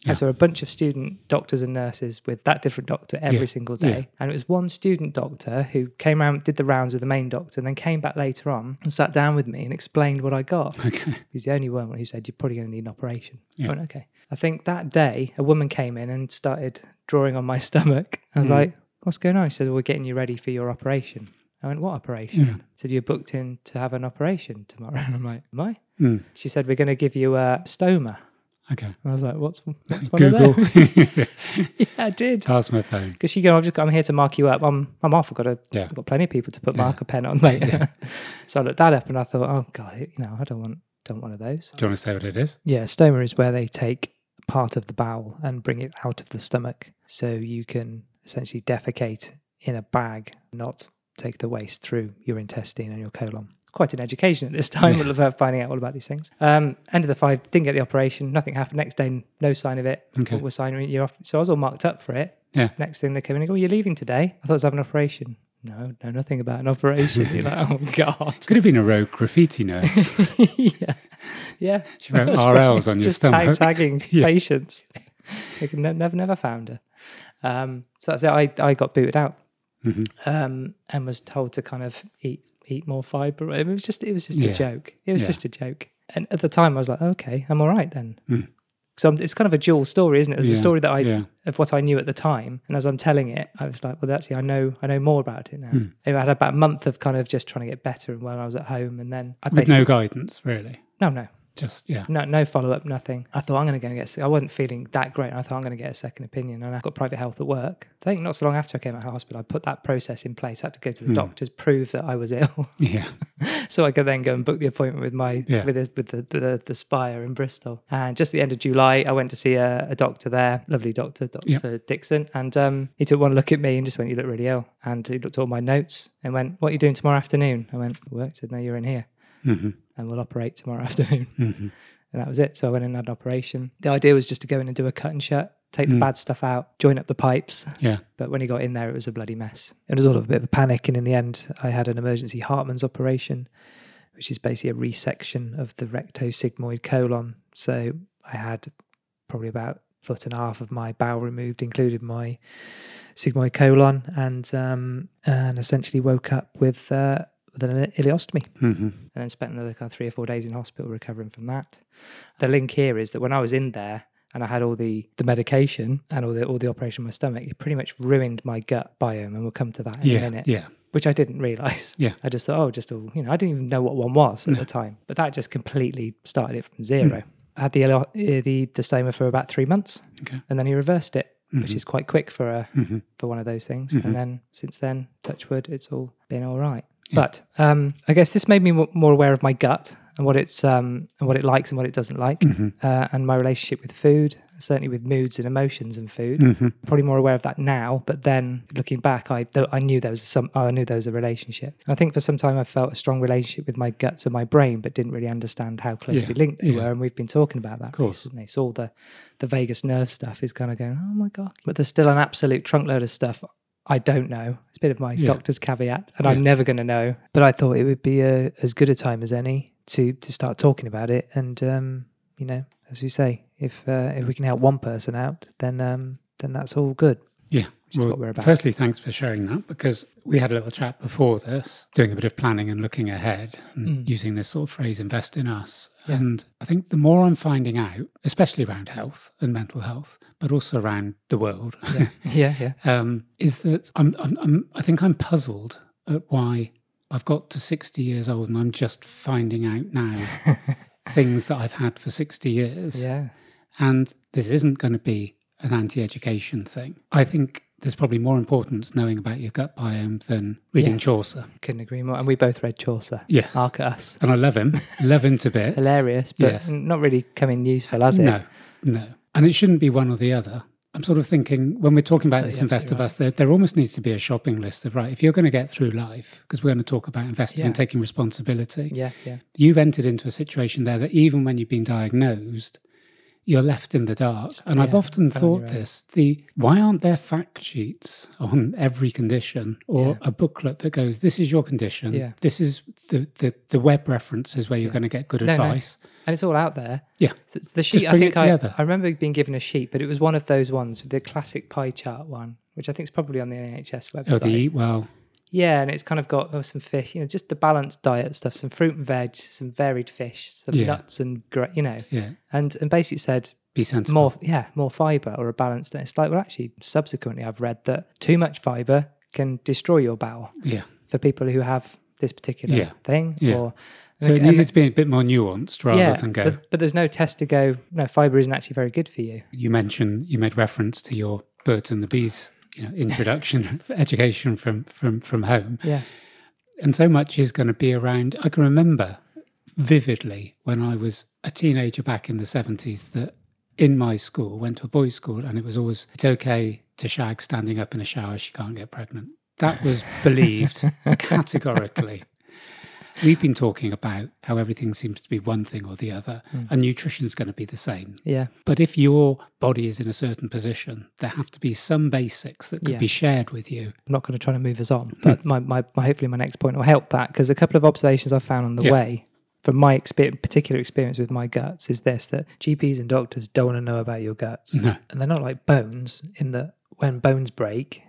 S2: Yeah.
S1: I saw a bunch of student doctors and nurses with that different doctor every
S2: Yeah.
S1: single
S2: Yeah.
S1: day. And it was one student doctor who came around, did the rounds with the main doctor, and then came back later on and sat down with me and explained what I got.
S2: Okay.
S1: He was the only one who said, You're probably going to need an operation.
S2: Yeah.
S1: I went, okay. I think that day, a woman came in and started drawing on my <laughs> stomach. I
S2: Mm.
S1: was like, What's going on? She said, We're getting you ready for your operation. I went, What operation?
S2: Yeah.
S1: She said, You're booked in to have an operation tomorrow. <laughs> And I'm like, Am I?
S2: Mm.
S1: She said, We're going to give you a stoma.
S2: Okay.
S1: And I was like, What's, what's one
S2: Google. <laughs>
S1: of them? <laughs> yeah, I did.
S2: Pass my phone.
S1: Because she go, I've just got, I'm here to mark you up. I'm, I'm off. I've got, to,
S2: Yeah.
S1: I've got plenty of people to put marker pen on later. <laughs> so I looked that up and I thought, oh God, you know, I don't want, don't want one of those.
S2: Do you want to say what it is?
S1: Yeah, stoma is where they take part of the bowel and bring it out of the stomach. So you can essentially defecate in a bag, not take the waste through your intestine and your colon. Quite an education at this time of finding out all <laughs> about these things. Um, end of the five, didn't get the operation, nothing happened. Next day, no sign of it.
S2: Okay.
S1: We're signing you off. So I was all marked up for it.
S2: Yeah.
S1: Next thing they come in and go, You're leaving today? I thought I was having an operation. No, no, nothing about an operation. <laughs> You're like, Oh, God.
S2: <laughs> Could have been a rogue graffiti nurse.
S1: <laughs> yeah. Yeah.
S2: She
S1: <laughs>
S2: wrote
S1: That's
S2: RLs on your
S1: just tag
S2: stomach.
S1: tagging
S2: <laughs> Yeah.
S1: patients. They could ne- never, never found her. Um, so that's it. I, I got booted out
S2: Mhm.
S1: um, and was told to kind of eat eat more fiber. It was just it was just
S2: Yeah.
S1: a joke. It was
S2: Yeah.
S1: just a joke. And at the time, I was like, okay, I'm all right then.
S2: Mm.
S1: So I'm- it's kind of a dual story, isn't it? There's
S2: Yeah,
S1: a story that I
S2: yeah.
S1: of what I knew at the time, and as I'm telling it, I was like, well, actually, I know I know more about it now.
S2: Hmm.
S1: Anyway, I had about a month of kind of just trying to get better, and when I was at home, and then I
S2: With no guidance, really.
S1: no, no,
S2: Just yeah.
S1: No, no follow up, nothing. I thought I'm going to go and get. sick. I wasn't feeling that great. I thought I'm going to get a second opinion, and I got private health at work. I think not so long after I came out of hospital, I put that process in place. I had to go to the doctors, prove that I was ill, <laughs>
S2: Yeah.
S1: so I could then go and book the appointment with my
S2: Yeah.
S1: with the, with the, the the Spire in Bristol. And just at the end of July, I went to see a, a doctor there, lovely doctor, Doctor Dixon, and um, he took one look at me and just went, "You look really ill." And he looked at all my notes and went, "What are you doing tomorrow afternoon?" I went, "Work." He said, "No, you're in here."
S2: hmm
S1: and we'll operate tomorrow <laughs> afternoon.
S2: Mhm.
S1: And that was it. So I went in and had an operation. The idea was just to go in and do a cut and shut, take the bad stuff out, join up the pipes.
S2: Yeah.
S1: But when he got in there, it was a bloody mess. It was all of a bit of a panic. And in the end, I had an emergency Hartman's operation, which is basically a resection of the rectosigmoid colon. So I had probably about foot and a half of my bowel removed, including my sigmoid colon, and um, and essentially woke up with uh, with an ileostomy
S2: hmm
S1: and then spent another kind of three or four days in hospital recovering from that. The link here is that when I was in there and I had all the the medication and all the all the operation on my stomach, it pretty much ruined my gut biome, and we'll come to that in
S2: Yeah.
S1: a minute.
S2: Yeah.
S1: Which I didn't realise.
S2: Yeah.
S1: I just thought, oh, just all you know, I didn't even know what one was at the time, but that just completely started it from zero.
S2: Hmm.
S1: I had the ilo- uh, the the stoma for about three months,
S2: Okay.
S1: and then he reversed it, which
S2: Mm-hmm.
S1: is quite quick for a
S2: Mhm.
S1: for one of those things.
S2: Mm-hmm.
S1: And then since then, touch wood, it's all been all right. But um, I guess this made me mo- more aware of my gut and what it's um, and what it likes and what it doesn't like,
S2: Mm-hmm.
S1: uh, and my relationship with food, certainly with moods and emotions and food.
S2: Mm-hmm.
S1: Probably more aware of that now. But then looking back, I th- I knew there was some I knew there was a relationship. And I think for some time I felt a strong relationship with my guts and my brain, but didn't really understand how closely
S2: Yeah,
S1: linked they
S2: yeah.
S1: were. And we've been talking about that
S2: course.
S1: recently. So all the the vagus nerve stuff is kind of going, oh my god. But there's still an absolute trunk load of stuff I don't know. It's a bit of my
S2: Yeah.
S1: doctor's caveat, and
S2: Yeah.
S1: I'm never going to know. But I thought it would be a, as good a time as any to to start talking about it. And um, you know, as we say, if uh, if we can help one person out, then um, then that's all good.
S2: Yeah.
S1: is what we're about.
S2: firstly, thanks for sharing that because we had a little chat before this, doing a bit of planning and looking ahead and using this sort of phrase, invest in us.
S1: Mm. Yeah.
S2: And I think the more I'm finding out, especially around health and mental health, but also around the world,
S1: <laughs> Yeah, yeah,
S2: um, is that I'm, I'm, I'm, I think I'm puzzled at why I've got to 60 years old and I'm just finding out
S1: <laughs>
S2: now things that I've had for 60 years.
S1: yeah,
S2: And this isn't going to be an anti education thing. I think there's probably more importance knowing about your gut biome than reading
S1: Yes.
S2: Chaucer.
S1: couldn't agree more. And we both read Chaucer.
S2: Yes.
S1: Hark at us,
S2: And I love him, love
S1: <laughs>
S2: him to bits.
S1: hilarious, but
S2: Yes.
S1: n- not really coming useful, has it?
S2: No, no. And it shouldn't be one or the other. I'm sort of thinking when we're talking about this
S1: you're
S2: invest of us, there, there almost needs to be a shopping list of, right, if you're going to get through life, because we're going to talk about investing and
S1: Yeah.
S2: taking responsibility,
S1: Yeah, yeah,
S2: you've entered into a situation there that even when you've been diagnosed, you're left in the dark. And I've
S1: yeah,
S2: often
S1: fell on
S2: thought
S1: your own.
S2: this the why aren't there fact sheets on every condition or
S1: Yeah.
S2: a booklet that goes, This is your condition.
S1: Yeah.
S2: This is the, the, the web references where you're going to get good
S1: No, no.
S2: advice.
S1: and it's all out there.
S2: Yeah.
S1: So it's the sheet I
S2: bring it
S1: think I,
S2: together.
S1: I remember being given a sheet, but it was one of those ones with the classic pie chart one, which I think is probably on the NHS website.
S2: Oh, the eat well.
S1: Yeah, and it's kind of got oh, some fish, you know, just the balanced diet stuff, some fruit and veg, some varied fish, some
S2: Yeah.
S1: nuts and gra- you know,
S2: Yeah.
S1: and and basically said
S2: Be sensible.
S1: more, yeah, more fiber or a balanced. diet. It's like well, actually, subsequently, I've read that too much fiber can destroy your bowel
S2: Yeah.
S1: for people who have this particular
S2: Yeah.
S1: thing.
S2: Yeah.
S1: Or
S2: So it needed to be a bit more nuanced rather
S1: yeah,
S2: than go.
S1: so- but there's no test to go. No, fiber isn't actually very good for you.
S2: you mentioned you made reference to your birds and the bees, you
S1: <laughs>
S2: know, introduction education from from from home.
S1: Yeah,
S2: and so much is going to be around. I can remember vividly when I was a teenager back in the 70s that in my school, went to a boys' school, and it was always, it's okay to shag standing up in a shower, she can't get pregnant. That was believed categorically. We've been talking about how everything seems to be one thing or the other, and nutrition's going to be the same.
S1: yeah,
S2: But if your body is in a certain position, there have to be some basics that could
S1: Yeah.
S2: be shared with you.
S1: I'm not going to try to move us on, but my, my, my hopefully my next point will help that because a couple of observations I found on the
S2: Yeah.
S1: way from my exper- particular experience with my guts is this that GPs and doctors don't want to know about your guts.
S2: No.
S1: And they're not like bones in that when bones break,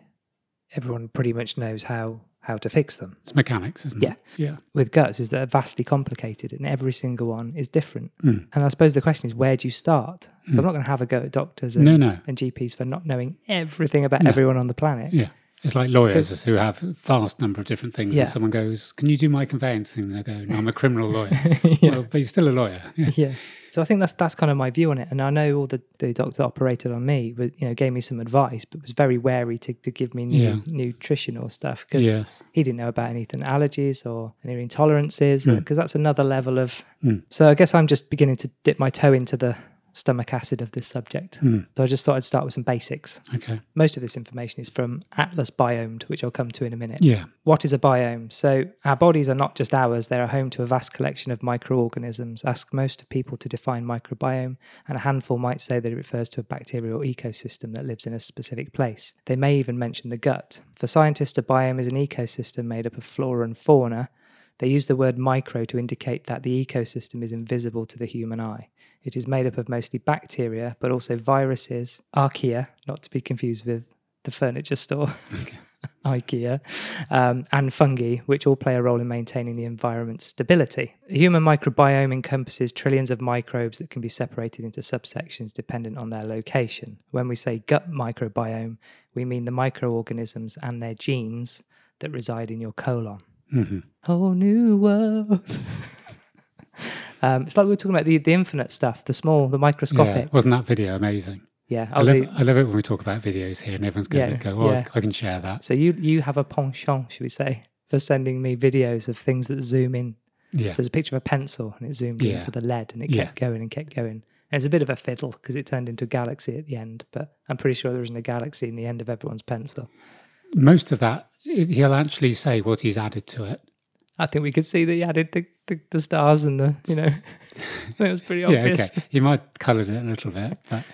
S1: everyone pretty much knows how how to fix them.
S2: It's mechanics, isn't
S1: Yeah.
S2: it? Yeah.
S1: With guts is that they're vastly complicated and every single one is different.
S2: Mm.
S1: And I suppose the question is where do you start? So I'm not going to have a go at doctors and,
S2: No, no.
S1: and GPs for not knowing everything about everyone on the planet.
S2: Yeah. It's like lawyers who have a vast number of different things.
S1: Yeah.
S2: And someone goes, Can you do my conveyancing? They go, No, I'm a
S1: <laughs>
S2: criminal lawyer.
S1: Yeah.
S2: well, but you're still a lawyer. Yeah.
S1: yeah. So I think that's that's kind of my view on it. And I know all the, the doctor that operated on me, but you know, gave me some advice, but was very wary to, to give me new
S2: Yeah.
S1: nutritional stuff because
S2: Yes.
S1: he didn't know about anything allergies or any intolerances
S2: Hmm.
S1: because that's another level of.
S2: Mm.
S1: So I guess I'm just beginning to dip my toe into the stomach acid of this subject.
S2: Mm.
S1: So I just thought I'd start with some basics.
S2: Okay.
S1: Most of this information is from Atlas Biomed, which I'll come to in a minute.
S2: Yeah.
S1: What is a biome? So, our bodies are not just ours, they're a home to a vast collection of microorganisms. Ask most people to define microbiome, and a handful might say that it refers to a bacterial ecosystem that lives in a specific place. They may even mention the gut. For scientists, a biome is an ecosystem made up of flora and fauna. They use the word micro to indicate that the ecosystem is invisible to the human eye. It is made up of mostly bacteria, but also viruses, archaea, not to be confused with the furniture store. IKEA, um, and fungi, which all play a role in maintaining the environment's stability. The human microbiome encompasses trillions of microbes that can be separated into subsections dependent on their location. When we say gut microbiome, we mean the microorganisms and their genes that reside in your colon.
S2: hmm
S1: Whole new world. <laughs> um, it's like we were talking about the, the infinite stuff, the small, the
S2: Yeah.
S1: microscopic.
S2: Wasn't that video amazing?
S1: Yeah.
S2: I
S1: oh,
S2: love,
S1: the-
S2: I love it when we talk about videos here and everyone's going
S1: Yeah,
S2: to go, Oh,
S1: yeah.
S2: I can share that.
S1: So you you have a penchant, should we say, for sending me videos of things that zoom in.
S2: Yeah.
S1: So there's a picture of a pencil and it zoomed
S2: Yeah.
S1: into the lead and it
S2: Yeah.
S1: kept going and kept going. And it's a bit of a fiddle because it turned into a galaxy at the end, but I'm pretty sure there isn't a galaxy in the end of everyone's pencil.
S2: Most of that, it- he'll actually say what he's added to it.
S1: I think we could see that he added the, the, the stars and the, you know, <laughs> it was pretty
S2: <laughs> Yeah,
S1: obvious.
S2: okay. He might colour it a little bit, but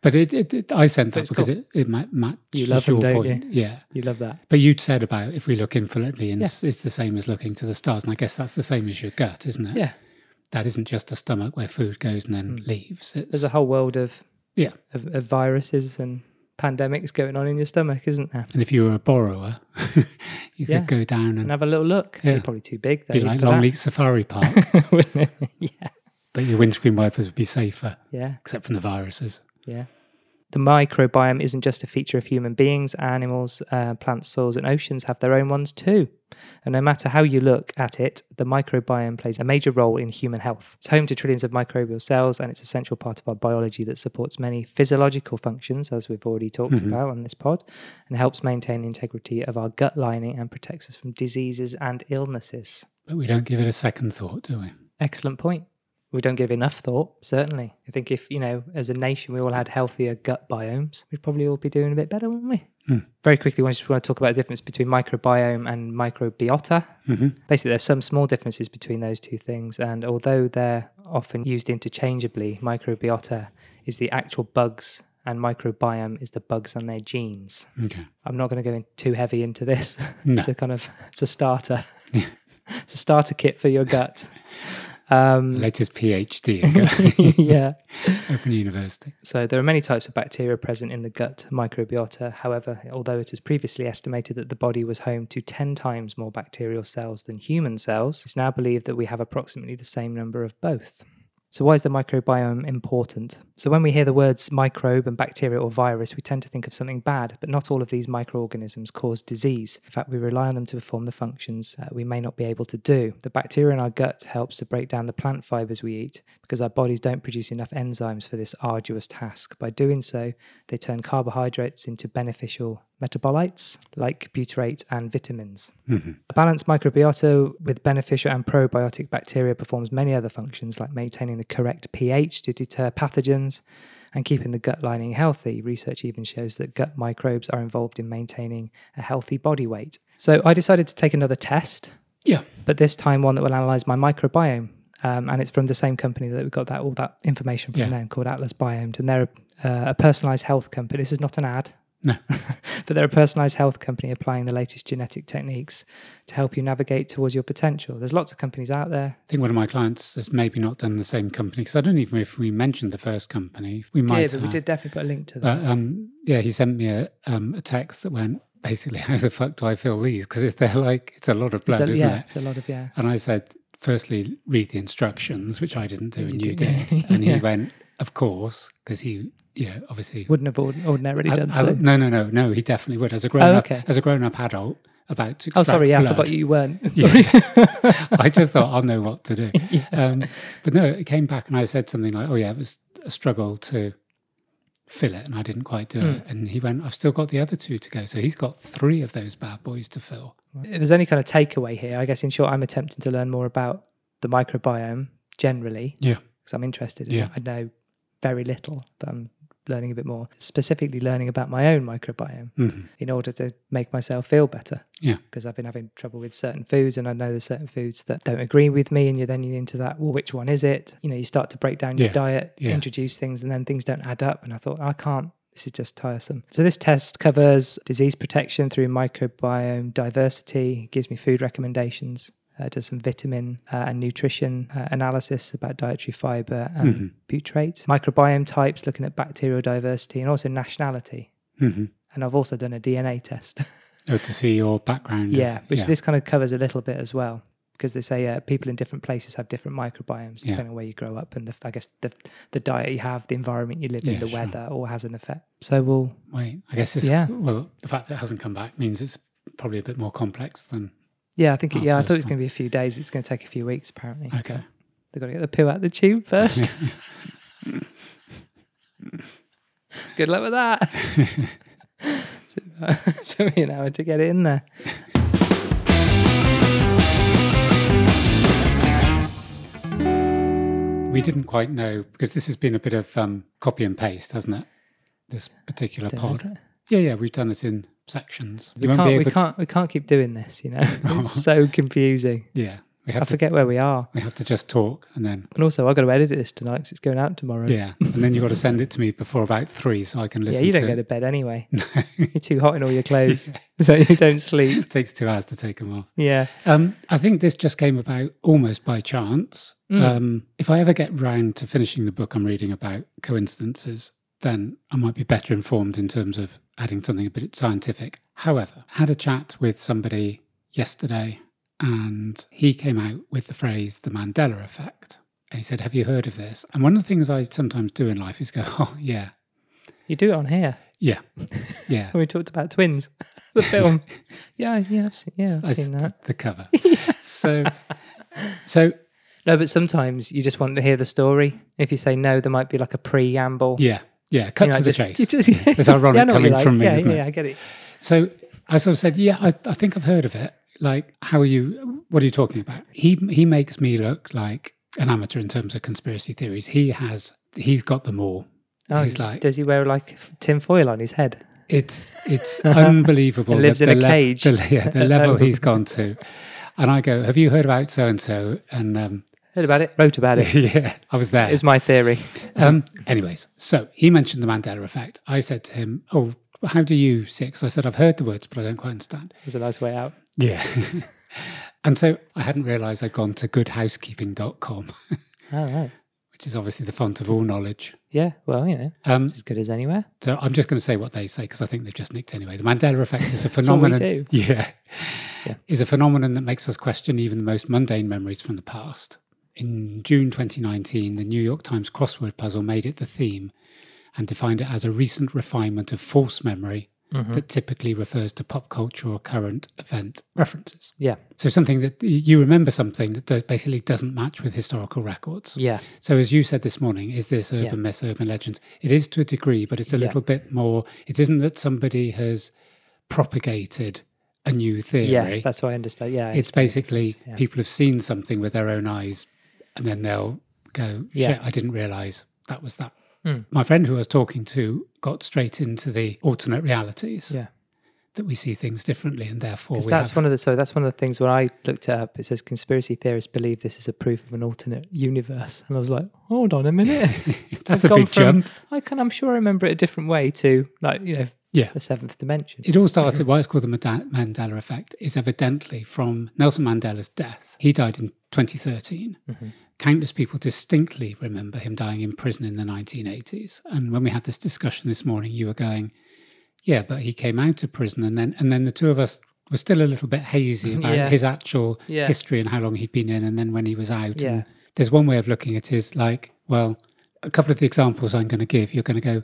S2: but it, it, it I sent that
S1: it's
S2: because
S1: cool.
S2: it, it might match
S1: You love them,
S2: your
S1: don't
S2: point. Yeah.
S1: You love that.
S2: But you'd said about if we look infinitely, and it's, it's the same as looking to the stars, and I guess that's the same as your gut, isn't it?
S1: Yeah. Hmm.
S2: That isn't just a stomach where food goes and then leaves. It's,
S1: There's a whole world of,
S2: yeah.
S1: of, of viruses and pandemics going on in your stomach, isn't there?
S2: And if you were a borrower, <laughs> you
S1: Yeah.
S2: could go down and,
S1: And have a little look.
S2: Mm. Yeah.
S1: They're probably too big. Though,
S2: be like
S1: <laughs>
S2: Longleat Safari Park,
S1: Wouldn't it? yeah.
S2: but your windscreen wipers would be safer,
S1: Yeah.
S2: except from the viruses.
S1: Yeah. The microbiome isn't just a feature of human beings. Animals, uh, plants, soils, and oceans have their own ones too. And no matter how you look at it, the microbiome plays a major role in human health. It's home to trillions of microbial cells, and it's a central part of our biology that supports many physiological functions, as we've already talked about on this pod, and helps maintain the integrity of our gut lining and protects us from diseases and illnesses.
S2: But we don't give it a second thought, do we?
S1: Excellent point. We don't give enough thought, certainly. I think if, you know, as a nation, we all had healthier gut biomes, we'd probably all be doing a bit better, wouldn't we?
S2: Hmm.
S1: Very quickly, I just want to talk about the difference between microbiome and microbiota.
S2: Mm-hmm.
S1: Basically, there's some small differences between those two things. And although they're often used interchangeably, microbiota is the actual bugs and microbiome is the bugs and their genes.
S2: Okay.
S1: I'm not going to go in too heavy into this. <laughs>
S2: No.
S1: it's a kind of, it's a starter. <laughs> it's a starter kit for your gut. Um,
S2: The latest PhD
S1: <laughs>
S2: <laughs> at
S1: yeah.
S2: Open University.
S1: So there are many types of bacteria present in the gut microbiota. However, although it is previously estimated that the body was home to 10 times more bacterial cells than human cells, it's now believed that we have approximately the same number of both. So, why is the microbiome important? So, when we hear the words microbe and bacteria or virus, we tend to think of something bad, but not all of these microorganisms cause disease. In fact, we rely on them to perform the functions uh, we may not be able to do. The bacteria in our gut helps to break down the plant fibers we eat because our bodies don't produce enough enzymes for this arduous task. By doing so, they turn carbohydrates into beneficial metabolites like butyrate and vitamins. A balanced microbiota with beneficial and probiotic bacteria performs many other functions like maintaining the correct pH to deter pathogens and keeping the gut lining healthy. Research even shows that gut microbes are involved in maintaining a healthy body weight. So I decided to take another test,
S2: Yeah.
S1: but this time one that will analyze my microbiome. Um, and it's from the same company that we got that all that information from
S2: Yeah.
S1: then called Atlas Biomed. And they're a, uh, a personalized health company. This is not an ad
S2: No.
S1: <laughs> but they're a personalized health company applying the latest genetic techniques to help you navigate towards your potential. There's lots of companies out there.
S2: I think one of my clients has maybe not done the same company because I don't even know if we mentioned the first company. We might
S1: Yeah, but we
S2: have.
S1: did definitely put a link to them.
S2: But um, yeah, he sent me a um, a text that went <laughs> basically, how the fuck do I fill these? Because if they're like, it's a lot of blood,
S1: So,
S2: isn't
S1: yeah,
S2: it?
S1: it's a lot of yeah.
S2: And I said, firstly read the instructions, which I didn't do,
S1: You
S2: and you
S1: did.
S2: did. And he
S1: <laughs> Yeah.
S2: went, of course, because he, you know, obviously.
S1: Wouldn't have ord- ordinarily done
S2: as,
S1: so. Oh,
S2: no, no, no, no. He definitely would. As a grown up,
S1: okay.
S2: as a grown up adult about to.
S1: Oh, sorry, yeah,
S2: extract
S1: I forgot
S2: blood.
S1: you weren't. Sorry.
S2: <laughs> Yeah. I just thought I'll know what to
S1: <laughs>
S2: do. Um, but no, it came back and I said something like, "Oh yeah, it was a struggle to fill it, and I didn't quite do
S1: Mm.
S2: it." And he went, "I've still got the other two to go." So he's got three of those bad boys to fill.
S1: If there's any kind of takeaway here, I guess in short, I'm attempting to learn more about the microbiome generally.
S2: Yeah.
S1: Because I'm interested in
S2: Yeah.
S1: it. I know very little, but I'm learning a bit more, specifically learning about my own microbiome
S2: Mhm.
S1: in order to make myself feel better.
S2: Yeah.
S1: Because I've been having trouble with certain foods and I know there's certain foods that don't agree with me. And you're then you're into that, well, which one is it? You know, you start to break down your
S2: Yeah.
S1: diet,
S2: Yeah.
S1: introduce things, and then things don't add up. And I thought, I can't. This is just tiresome. So this test covers disease protection through microbiome diversity, gives me food recommendations, uh, does some vitamin uh, and nutrition uh, analysis about dietary fiber and
S2: Mm-hmm.
S1: butyrate, microbiome types, looking at bacterial diversity, and also nationality.
S2: Mhm.
S1: And I've also done a DNA test. <laughs>
S2: Oh, to see your background. of-
S1: Yeah, which
S2: yeah.
S1: this kind of covers a little bit as well, because they say uh, people in different places have different microbiomes
S2: Yeah.
S1: depending on where you grow up and the, I guess the the diet you have, the environment you live in,
S2: Yeah,
S1: the
S2: sure.
S1: weather all has an effect. So we'll
S2: Wait, I guess this.
S1: Yeah.
S2: Well, the fact that it hasn't come back means it's probably a bit more complex than.
S1: yeah, I think
S2: Oh,
S1: yeah, I thought it was
S2: first
S1: going to be a few days, but it's going to take a few weeks apparently.
S2: Okay.
S1: They've got to get the poo out the tube
S2: <laughs>
S1: first. Good luck with that. <laughs> It Took me an hour to get it in there.
S2: We didn't quite know because this has been a bit of um, copy and paste, hasn't it? This particular
S1: Don't know, is
S2: pod.
S1: it?
S2: Yeah, yeah, we've done it in sections.
S1: We can't, we can't, we can't keep doing this.
S2: <laughs>
S1: You know, it's so confusing.
S2: To, yeah, we
S1: I
S2: have to.
S1: forget where we are.
S2: We have to just talk, and then
S1: <laughs> And also, I've got to edit this tonight because it's going out tomorrow.
S2: yeah, and then you have got to send it to me before about three, so I can
S1: Yeah,
S2: listen.
S1: you don't
S2: to
S1: go to
S2: it.
S1: bed
S2: <laughs>
S1: anyway. You're too hot in all your clothes, so <laughs> you don't sleep.
S2: It takes two hours to take them off.
S1: Yeah.
S2: Um, I think this just came about almost by chance.
S1: Mm.
S2: Um, if I ever get round to finishing the book I'm reading about coincidences, then I might be better informed in terms of adding something a bit scientific. However, I had a chat with somebody yesterday, and he came out with the phrase the Mandela effect. And he said, Have you heard of this? And one of the things I sometimes do in life is go, <laughs> Oh, yeah,
S1: You do it on here.
S2: yeah, yeah.
S1: When we talked about twins, the
S2: <laughs>
S1: film. yeah, yeah, I've seen, yeah, <laughs>
S2: I
S1: I've seen
S2: s-
S1: that. <laughs>
S2: The cover. So, so
S1: No, but sometimes you just want to hear the story. If you say no, there might be like a preamble.
S2: yeah, yeah, cut
S1: You know,
S2: to the
S1: just- <laughs>
S2: chase.
S1: you just- yeah.
S2: It's ironic
S1: I know what you
S2: coming from me,
S1: Yeah,
S2: isn't it?
S1: yeah, I get it.
S2: So I sort of said, "Yeah, I, I think I've heard of it. Like, how are you? What are you talking about?" He he makes me look like an amateur in terms of conspiracy theories. He has he's got them all.
S1: Oh,
S2: he's
S1: he's-
S2: like,
S1: does he wear like f- tin foil on his head?
S2: it's
S1: <laughs>
S2: it's unbelievable.
S1: And lives
S2: that
S1: in
S2: the
S1: a cage.
S2: The, yeah, the level
S1: <laughs>
S2: he's gone to. And I go, "Have you heard about so and so?" And um, <laughs>
S1: Heard about it? Wrote about it.
S2: yeah, I was there.
S1: Is my theory.
S2: Um, anyways, so he mentioned the Mandela effect. I said to him, "Oh, how do you see?" Because I said I've heard the words, but I don't quite understand.
S1: There's a nice way out.
S2: Yeah. <laughs> and so I hadn't realized I'd gone to goodhousekeeping.com,
S1: All right.
S2: which is obviously the font of all knowledge.
S1: Yeah. Well, you know,
S2: Um,
S1: as good as anywhere.
S2: so I'm just going to say what they say because I think they've just nicked anyway. The Mandela effect
S1: <laughs>
S2: is a
S1: all we
S2: phenomenon.
S1: do.
S2: <laughs> Yeah,
S1: Yeah.
S2: Is a phenomenon that makes us question even the most mundane memories from the past. In June 2019, the New York Times crossword puzzle made it the theme and defined it as a recent refinement of false memory
S1: Mm-hmm.
S2: that typically refers to pop culture or current event references.
S1: Yeah.
S2: So something that you remember something that does- basically doesn't match with historical records.
S1: Yeah.
S2: So as you said this morning, is this urban
S1: Yeah.
S2: myth, urban legends? It is to a degree, but it's a
S1: Yeah.
S2: little bit more. It isn't that somebody has propagated a new theory.
S1: Yes, that's what I understand. Yeah.
S2: it's basically
S1: yeah.
S2: people have seen something with their own eyes, and then they'll go,
S1: Yeah.
S2: "Shit, I didn't realize that was that."
S1: Mm.
S2: My friend who I was talking to got straight into the alternate realities
S1: Yeah.
S2: that we see things differently, and therefore
S1: 'Cause
S2: we
S1: that's
S2: have
S1: one of the so that's one of the things when I looked it up. It says conspiracy theorists believe this is a proof of an alternate universe, and I was like, hold on a minute.
S2: <laughs> that's
S1: I've
S2: a
S1: gone
S2: big
S1: from,
S2: jump.
S1: I can, I'm sure I remember it a different way to like you know
S2: Yeah.
S1: the seventh dimension.
S2: It all started,
S1: Mm-hmm.
S2: why it's called the Manda- Mandela effect, is evidently from Nelson Mandela's death. He died in 2013.
S1: Mm-hmm.
S2: Countless people distinctly remember him dying in prison in the 1980s. And when we had this discussion this morning, you were going, yeah, but he came out of prison. And then, and then the two of us was still a little bit
S1: <laughs>
S2: hazy about
S1: Yeah.
S2: his actual
S1: Yeah.
S2: history and how long he'd been in and then when he was out.
S1: Yeah.
S2: And there's one way of looking at it is like, well, a couple of the examples I'm going to give, you're going to go,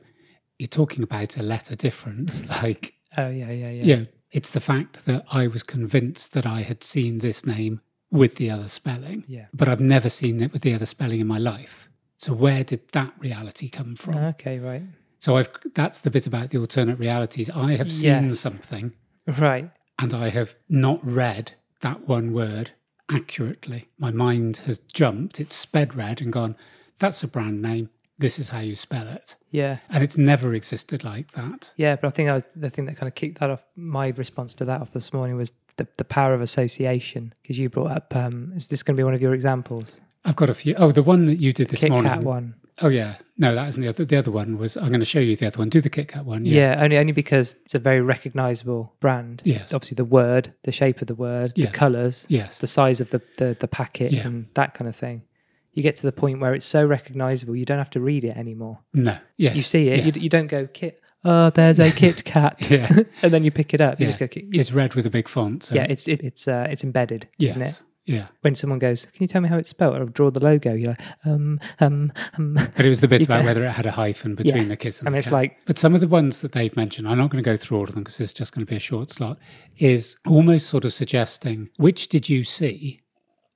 S2: you're talking about a letter difference. <laughs> like,
S1: Oh yeah, yeah, yeah.
S2: yeah. it's the fact that I was convinced that I had seen this name with the other spelling,
S1: Yeah.
S2: but I've never seen it with the other spelling in my life. So where did that reality come from?
S1: Ah, Okay, right.
S2: So I've that's the bit about the alternate realities. I have seen
S1: Yes.
S2: something
S1: Right.
S2: and I have not read that one word accurately. My mind has jumped, it's sped red and gone, that's a brand name. This is how you spell it.
S1: Yeah.
S2: And it's never existed like that.
S1: Yeah, but I think I, the thing that kind of kicked that off, my response to that off this morning was the, the power of association, because you brought up, um, is this going to be one of your examples?
S2: I've got a few. Oh, the one that you did this
S1: Kit
S2: morning.
S1: Kat one.
S2: Oh, yeah. No, that isn't the other. The other one was, I'm going to show you the other one. Do the Kit Kat one.
S1: Yeah. only only because it's a very recognizable brand.
S2: Yes.
S1: Obviously, the word, the shape of the word,
S2: Yes.
S1: the colors,
S2: Yes.
S1: the size of the, the, the packet,
S2: Yeah.
S1: and that kind of thing. You get to the point where it's so recognizable, you don't have to read it anymore.
S2: no. Yes.
S1: You see it,
S2: Yes. Uh,
S1: you, you don't go, Kit, oh, there's <laughs> a Kit Kat.
S2: <laughs> yeah.
S1: and then you pick it up. You
S2: Yeah.
S1: just go, Kit.
S2: It's red with a big font. So
S1: Yeah, it's it, it's uh, it's embedded,
S2: yes.
S1: isn't it?
S2: Yeah.
S1: When someone goes, "Can you tell me how it's spelled?" or draw the logo, you're like, um, um, um.
S2: But it was the bit
S1: You
S2: about
S1: can-
S2: whether it had a hyphen between
S1: Yeah.
S2: the kids
S1: I
S2: and
S1: mean,
S2: the
S1: it's
S2: cat.
S1: like,
S2: But some of the ones that they've mentioned, I'm not going to go through all of them because it's just going to be a short slot, is almost sort of suggesting which did you see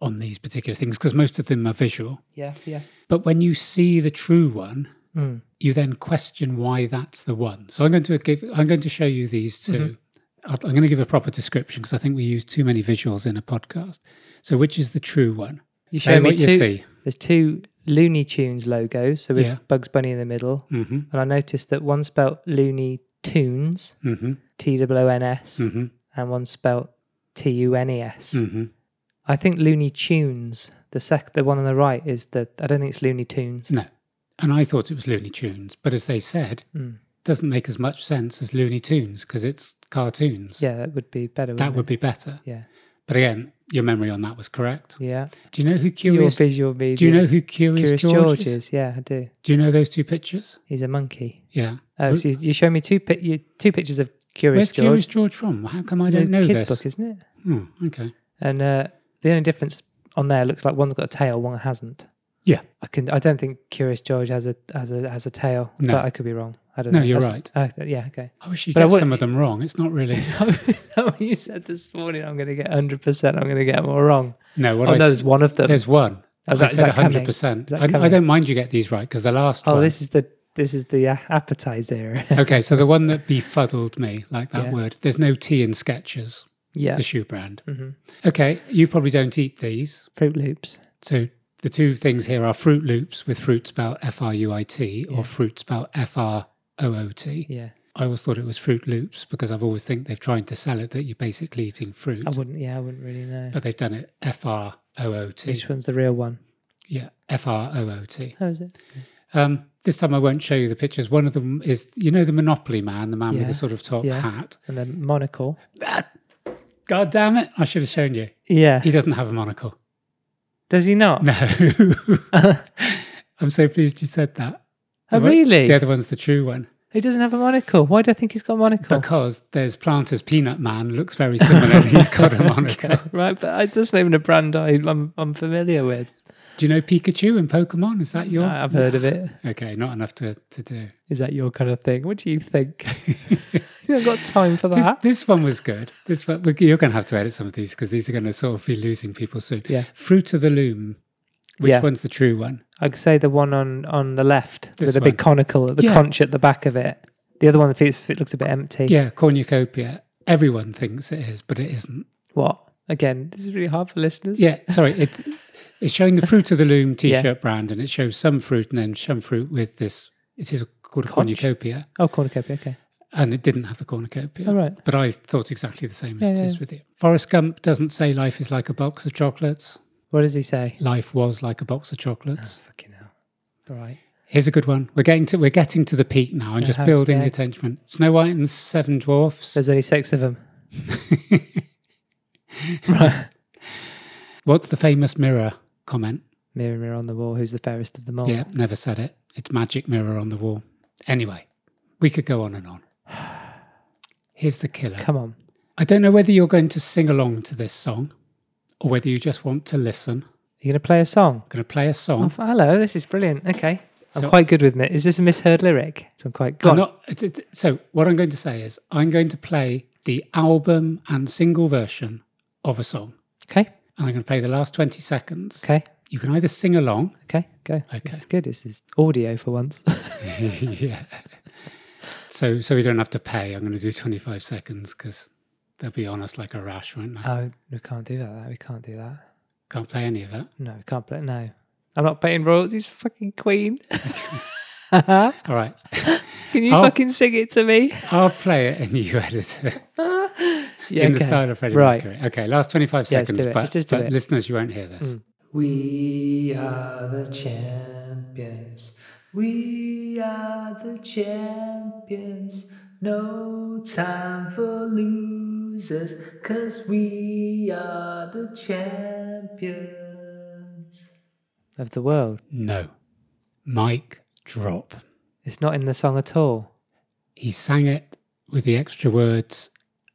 S2: on these particular things? Because most of them are visual.
S1: yeah, yeah,
S2: But when you see the true one,
S1: Mm.
S2: you then question why that's the one. So I'm going to give, I'm going to show you these 2
S1: Mm-hmm.
S2: i I'm going to give a proper description because I think we use too many visuals in a podcast. So which is the true one?
S1: You
S2: Say
S1: show me
S2: what
S1: two-
S2: you see.
S1: There's two Looney Tunes logos, so with
S2: Yeah.
S1: Bugs Bunny in the middle,
S2: hmm
S1: and I noticed that one spelt Looney Tunes,
S2: hmm
S1: T W O N S,
S2: hmm
S1: and one spelt T U N E S.
S2: hmm
S1: I think Looney Tunes, the sec, the one on the right is the. I don't think it's Looney Tunes.
S2: No. And I thought it was Looney Tunes, but as they said,
S1: Mm.
S2: doesn't make as much sense as Looney Tunes because it's cartoons.
S1: Yeah, that would be better.
S2: That
S1: wouldn't
S2: would be better.
S1: it? Yeah,
S2: But again, your memory on that was correct.
S1: yeah.
S2: Do you know who
S1: Your
S2: Curious
S1: visual media.
S2: Do you know who Curious,
S1: Curious
S2: George,
S1: George
S2: is?
S1: is? Yeah, I do.
S2: Do you know those two pictures?
S1: He's a monkey.
S2: Yeah.
S1: Oh,
S2: Wh-
S1: so you, you show me two pi- you, two pictures of Curious
S2: Where's
S1: George.
S2: Curious George from? How come I
S1: It's a
S2: don't know
S1: kids
S2: this?
S1: book, isn't it?
S2: Hmm, okay.
S1: And uh, the only difference on there looks like one's got a tail, one hasn't.
S2: Yeah.
S1: I can. I don't think Curious George has a has a has a tail,
S2: No.
S1: but I could be wrong. I don't
S2: No,
S1: know.
S2: you're
S1: That's- uh, yeah. Okay. <laughs>
S2: I wish you
S1: But I
S2: get
S1: would-
S2: some of them wrong. It's not really. <laughs>
S1: what you said this morning, I'm going to get 100. percent I'm going to get them all wrong.
S2: No, what
S1: oh,
S2: I
S1: no,
S2: s-
S1: there's one of them.
S2: there's one.
S1: Oh,
S2: I
S1: that- is
S2: said
S1: that coming?
S2: 100%.
S1: Is that
S2: I, I
S1: coming?
S2: don't mind you get these right because the last
S1: oh,
S2: one.
S1: this is the this is the uh, appetizer. <laughs>
S2: <laughs> okay, so the one that befuddled me, like that
S1: Yeah.
S2: word. There's no tea in Sketches,
S1: yeah.
S2: the shoe brand.
S1: Mhm.
S2: Okay, you probably don't eat these.
S1: Fruit Loops.
S2: So the two things here are Fruit Loops with fruit spelled F R U I T or fruit spelled F R O O T.
S1: Yeah.
S2: I always thought it was Fruit Loops because I've always think they've tried to sell it that you're basically eating fruit,
S1: I wouldn't. Yeah, I wouldn't really know.
S2: but they've done it F R O O T.
S1: Which one's the real one?
S2: Yeah, F R O O T.
S1: How is it?
S2: Um, this time I won't show you the pictures. One of them is, you know, the Monopoly man, the man with
S1: Yeah.
S2: the sort of top
S1: Yeah.
S2: hat.
S1: And then monocle.
S2: God damn it. I should have shown you.
S1: Yeah.
S2: He doesn't have a monocle. <laughs>
S1: Does he not? <laughs>
S2: No. <laughs> I'm so pleased you said that.
S1: Oh,
S2: The one-
S1: really?
S2: The other one's the true one.
S1: He doesn't have a monocle. Why do I think he's got a monocle?
S2: Because there's Planters Peanut Man, looks very similar. and he's
S1: <laughs>
S2: got a monocle.
S1: right, but I, that's not even a brand I, I'm, I'm familiar with.
S2: Do you know Pikachu in Pokemon? Is that your?
S1: I- I've heard of it.
S2: Okay, not enough to, to do.
S1: Is that your kind of thing? What do you
S2: <laughs>
S1: think? you haven't got time for
S2: This,
S1: that.
S2: this one was good. This one, we- you're going to have to edit some of these because these are going to sort of be losing people soon.
S1: Yeah.
S2: Fruit of the Loom. Which
S1: Yeah.
S2: one's the true one?
S1: I'd say the one on, on the left
S2: This
S1: with a big
S2: one.
S1: conical, the
S2: Yeah.
S1: conch at the back of it. The other one, if it's- it looks a bit empty.
S2: Yeah, cornucopia. Everyone thinks it is, but it isn't.
S1: What? Again, this is really hard for listeners.
S2: Yeah, sorry. It, it's showing the Fruit of
S1: <laughs>
S2: the Loom T-shirt brand, and it shows some fruit and then some fruit with this. It is called a
S1: Conch.
S2: cornucopia,
S1: Oh, cornucopia. Okay.
S2: and it didn't have the cornucopia.
S1: All right.
S2: But I thought exactly the same as
S1: Yeah,
S2: it
S1: yeah.
S2: is with it. Forrest Gump doesn't say life is like a box of chocolates.
S1: What does he say?
S2: Life was like a box of chocolates.
S1: Fucking hell. All right.
S2: Here's a good one. We're getting to we're getting to the peak now. I'm just
S1: Uh-huh,
S2: building
S1: yeah.
S2: the attention. Snow White and the Seven Dwarfs.
S1: There's only six of them. right.
S2: What's the famous mirror comment?
S1: Mirror, mirror on the wall, who's the fairest of them all?
S2: Yeah, never said it. It's magic mirror on the wall.
S1: <sighs>
S2: Anyway, we could go on and on. Here's the killer.
S1: Come on.
S2: I don't know whether you're going to sing along to this song or whether you just want to listen.
S1: You're going to play a song.
S2: I'm going to play a
S1: Oh,
S2: song.
S1: f- hello, this is brilliant. Okay. I'm
S2: So-
S1: quite good with it. Is this a misheard lyric? So I'm quite
S2: I'm
S1: good.
S2: not- it's- it's- so, what I'm going to say is, I'm going to play the album and single version of a song.
S1: Okay.
S2: And I'm going to play the last 20 seconds.
S1: Okay.
S2: You can either sing
S1: <laughs>
S2: along. <laughs>
S1: Okay. Go.
S2: Okay.
S1: This is good. This is audio for
S2: <laughs>
S1: once.
S2: yeah. So, so we don't have to pay. I'm going to do 25 seconds because they'll be on us like a rash, won't they?
S1: oh, we can't do that. We can't do that.
S2: Can't play any of that.
S1: No, we can't play. No. I'm not paying royalties for fucking Queen. <laughs>
S2: All right.
S1: Can you
S2: Oh.
S1: fucking sing it to me? <laughs>
S2: I'll play it and you <laughs> edit it
S1: Yeah,
S2: in the
S1: okay.
S2: style of Freddie
S1: Right.
S2: Mercury. Okay, last 25
S1: Yeah, let's
S2: seconds,
S1: do it. Let's
S2: but,
S1: just do
S2: but
S1: it. Mm.
S2: listeners, you won't hear this.
S1: We are the champions. We are the champions. No time for losers, cause we are the champions of the world.
S2: No. Mic drop.
S1: It's not in the song at all.
S2: He sang it with the extra words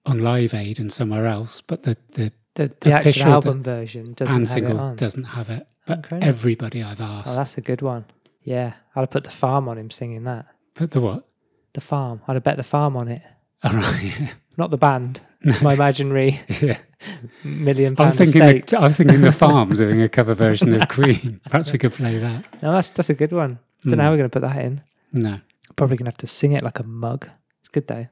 S2: on Live Aid and somewhere else, but the, the
S1: The, the actual
S2: Official
S1: album version doesn't
S2: and
S1: have it
S2: single
S1: on.
S2: doesn't have it. But
S1: Incredible.
S2: everybody I've asked,
S1: Oh, that's a good one. Yeah, I'd have put the farm on him singing that.
S2: put the what? <laughs>
S1: The farm. I'd have bet the farm on it.
S2: All right. <laughs>
S1: Not the band. My imaginary
S2: yeah.
S1: million
S2: I
S1: pound
S2: was thinking.
S1: estate.
S2: The, I was <laughs> thinking the Farms doing a cover version of <laughs> Queen. Perhaps we could play that.
S1: No, that's that's a good one. Don't
S2: Hmm.
S1: know how we're going to put that in.
S2: No.
S1: Probably going to have to sing it like a mug. It's good though.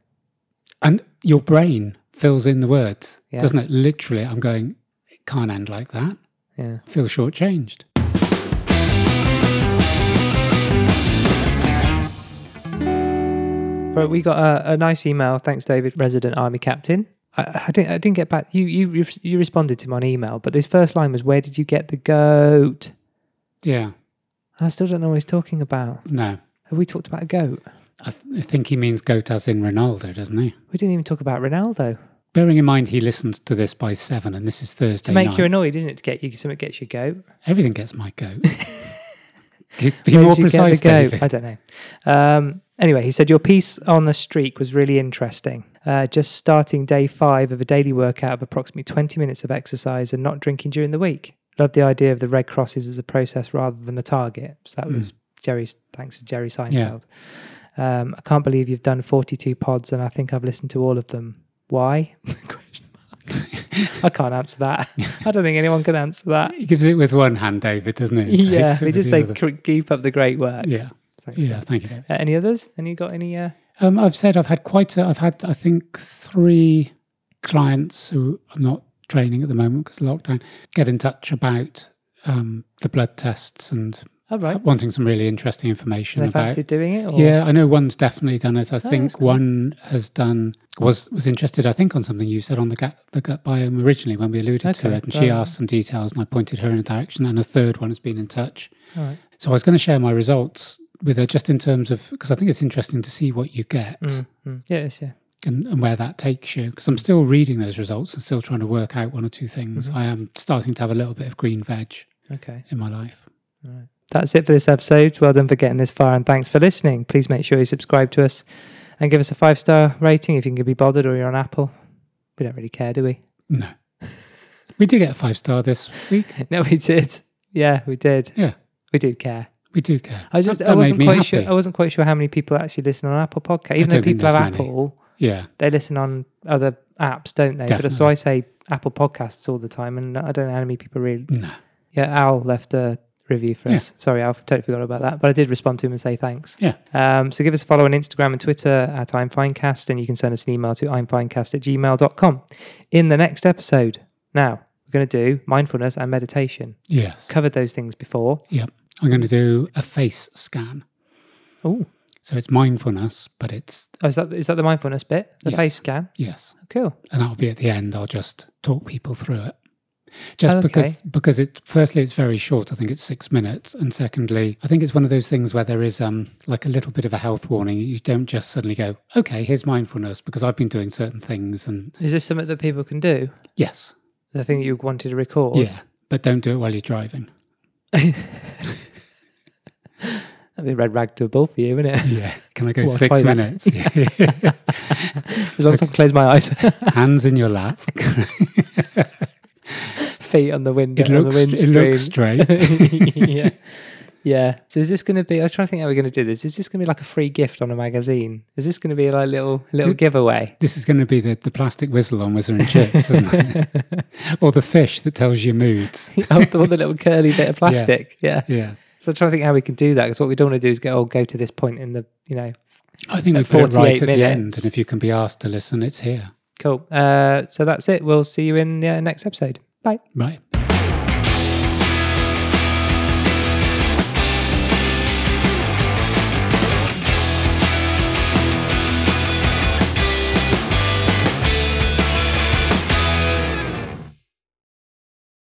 S2: And your brain fills in the words,
S1: Yeah.
S2: doesn't it? Literally, I'm going. It can't end like that.
S1: Yeah.
S2: I feel shortchanged.
S1: Right, we got a, a nice email. Thanks, David, resident army captain. I, I didn't. I didn't get back. You you you responded to my email, but this first line was, "Where did you get the goat?"
S2: Yeah.
S1: And I still don't know what he's talking about.
S2: No.
S1: Have we talked about a goat?
S2: I, th- I think he means goat as in Ronaldo, doesn't he?
S1: We didn't even talk about Ronaldo.
S2: Bearing in mind he listens to this by seven, and this is Thursday
S1: To make
S2: night.
S1: you annoyed, isn't it? To get you, something gets your goat.
S2: Everything gets my <laughs> goat. Be- Be
S1: Where
S2: more
S1: did you get the
S2: precise,
S1: goat?
S2: David.
S1: I don't know. Um, anyway, he said your piece on the streak was really interesting. Uh, just starting day five of a daily workout of approximately 20 minutes of exercise and not drinking during the week. Love the idea of the red crosses as a process rather than a target. So
S2: Hmm.
S1: that was Jerry's. Thanks to Jerry Seinfeld. Um, I can't believe you've done 42 pods and I think I've listened to all of them.
S2: <laughs>
S1: Why? Question mark. I can't answer that. I don't think anyone can answer that.
S2: He gives it with one hand, David, doesn't he? Takes
S1: Yeah,
S2: it
S1: we
S2: with
S1: just
S2: the
S1: say
S2: other.
S1: "Keep- keep up the great work.
S2: Yeah,
S1: Thanks,
S2: yeah.
S1: Jeff.
S2: Thank you, David.
S1: Uh, any others? Any got any? Uh,
S2: Um, I've said I've had quite a. I've had I think three clients who I'm not training at the moment because of lockdown get in touch about um, the blood tests and
S1: all right.
S2: wanting some really interesting information
S1: They
S2: about.
S1: fancy doing it? Or?
S2: Yeah, I know one's definitely done it. I
S1: that's
S2: think
S1: cool.
S2: one has done was was interested. I think on something you said on the gut, the gut biome originally when we alluded to
S1: Okay,
S2: it, and she
S1: right.
S2: asked some details, and I pointed her in a direction. And a third one has been in touch.
S1: All right.
S2: So I was going to share my results with her just in terms of because I think it's interesting to see what you get
S1: Mm, mm. Yes. Yeah.
S2: and, and where that takes you. Because I'm still reading those results and still trying to work out one or two things. I am starting to have a little bit of green veg
S1: Okay.
S2: in my life.
S1: That's it for this episode. Well done for getting this far, and thanks for listening. Please make sure you subscribe to us and give us a five star rating if you can be bothered, or you're on Apple. We don't really care, do we? <laughs>
S2: No, we did get a five star this week.
S1: no, we did. Yeah, we did.
S2: Yeah,
S1: We do care.
S2: we do care.
S1: I was just
S2: That-
S1: I
S2: that made
S1: wasn't
S2: me
S1: quite
S2: happy.
S1: sure. I wasn't quite sure how many people actually listen on Apple Podcast. Even though
S2: don't think
S1: people have
S2: there's many.
S1: Apple,
S2: Yeah,
S1: they listen on other apps, don't they? But so
S2: Definitely.
S1: I say Apple Podcasts all the time, and I don't know how many people really
S2: no.
S1: Yeah, Al left a review for
S2: Yeah.
S1: us. Sorry, Al, totally forgot about that. But I did respond to him and say thanks.
S2: Yeah.
S1: Um, so give us a follow on Instagram and Twitter at I'm Finecast, and you can send us an email to imfinecast at gmail.com. In the next episode, now we're going to do mindfulness and meditation.
S2: Yes.
S1: Covered those things before.
S2: Yeah. I'm going to do a face scan.
S1: Ooh.
S2: So it's mindfulness, but it's
S1: Oh, is that is that the mindfulness bit? The
S2: Yes.
S1: face scan? Oh,
S2: yes.
S1: Cool.
S2: and that'll be at the end. I'll just talk people through it. Just
S1: Okay.
S2: because because it firstly it's very short. I think it's six minutes, and secondly, I think it's one of those things where there is um like a little bit of a health warning. You don't just suddenly go, okay, here's mindfulness because I've been doing certain things, and
S1: Is this something that people can do?
S2: yes,
S1: The thing that you wanted to record?
S2: yeah, but don't do it while you're driving.
S1: That'd be a red rag to a bull for you, wouldn't it? <laughs>
S2: Yeah, <laughs> can I go
S1: What,
S2: six
S1: toilet?
S2: minutes? Yeah. <laughs>
S1: as long as I can close my eyes,
S2: Hands in your lap.
S1: <laughs>
S2: <laughs>
S1: feet on the window.
S2: It looks
S1: on the
S2: it looks
S1: windscreen. <laughs>
S2: straight.
S1: yeah. Yeah. So is this going to be? I was trying to think how we're going to do this. Is this going to be like a free gift on a magazine? Is this going to be like a little
S2: Mm.
S1: little giveaway? <laughs>
S2: This is going to be the, the plastic whistle on Wizard and Chips, isn't it?
S1: <laughs>
S2: or the fish that tells you moods.
S1: oh, the, the little curly
S2: <laughs>
S1: bit of plastic. Yeah.
S2: Yeah.
S1: So I'm trying to think how we can do that because what we don't want to do is go oh go to this point in the you know
S2: I think
S1: At
S2: we put it right
S1: 48
S2: at the end.
S1: minutes.
S2: And if you can be asked to listen, it's here.
S1: cool. Uh, so that's it. We'll see you in the uh, next episode. Bye.
S2: Right.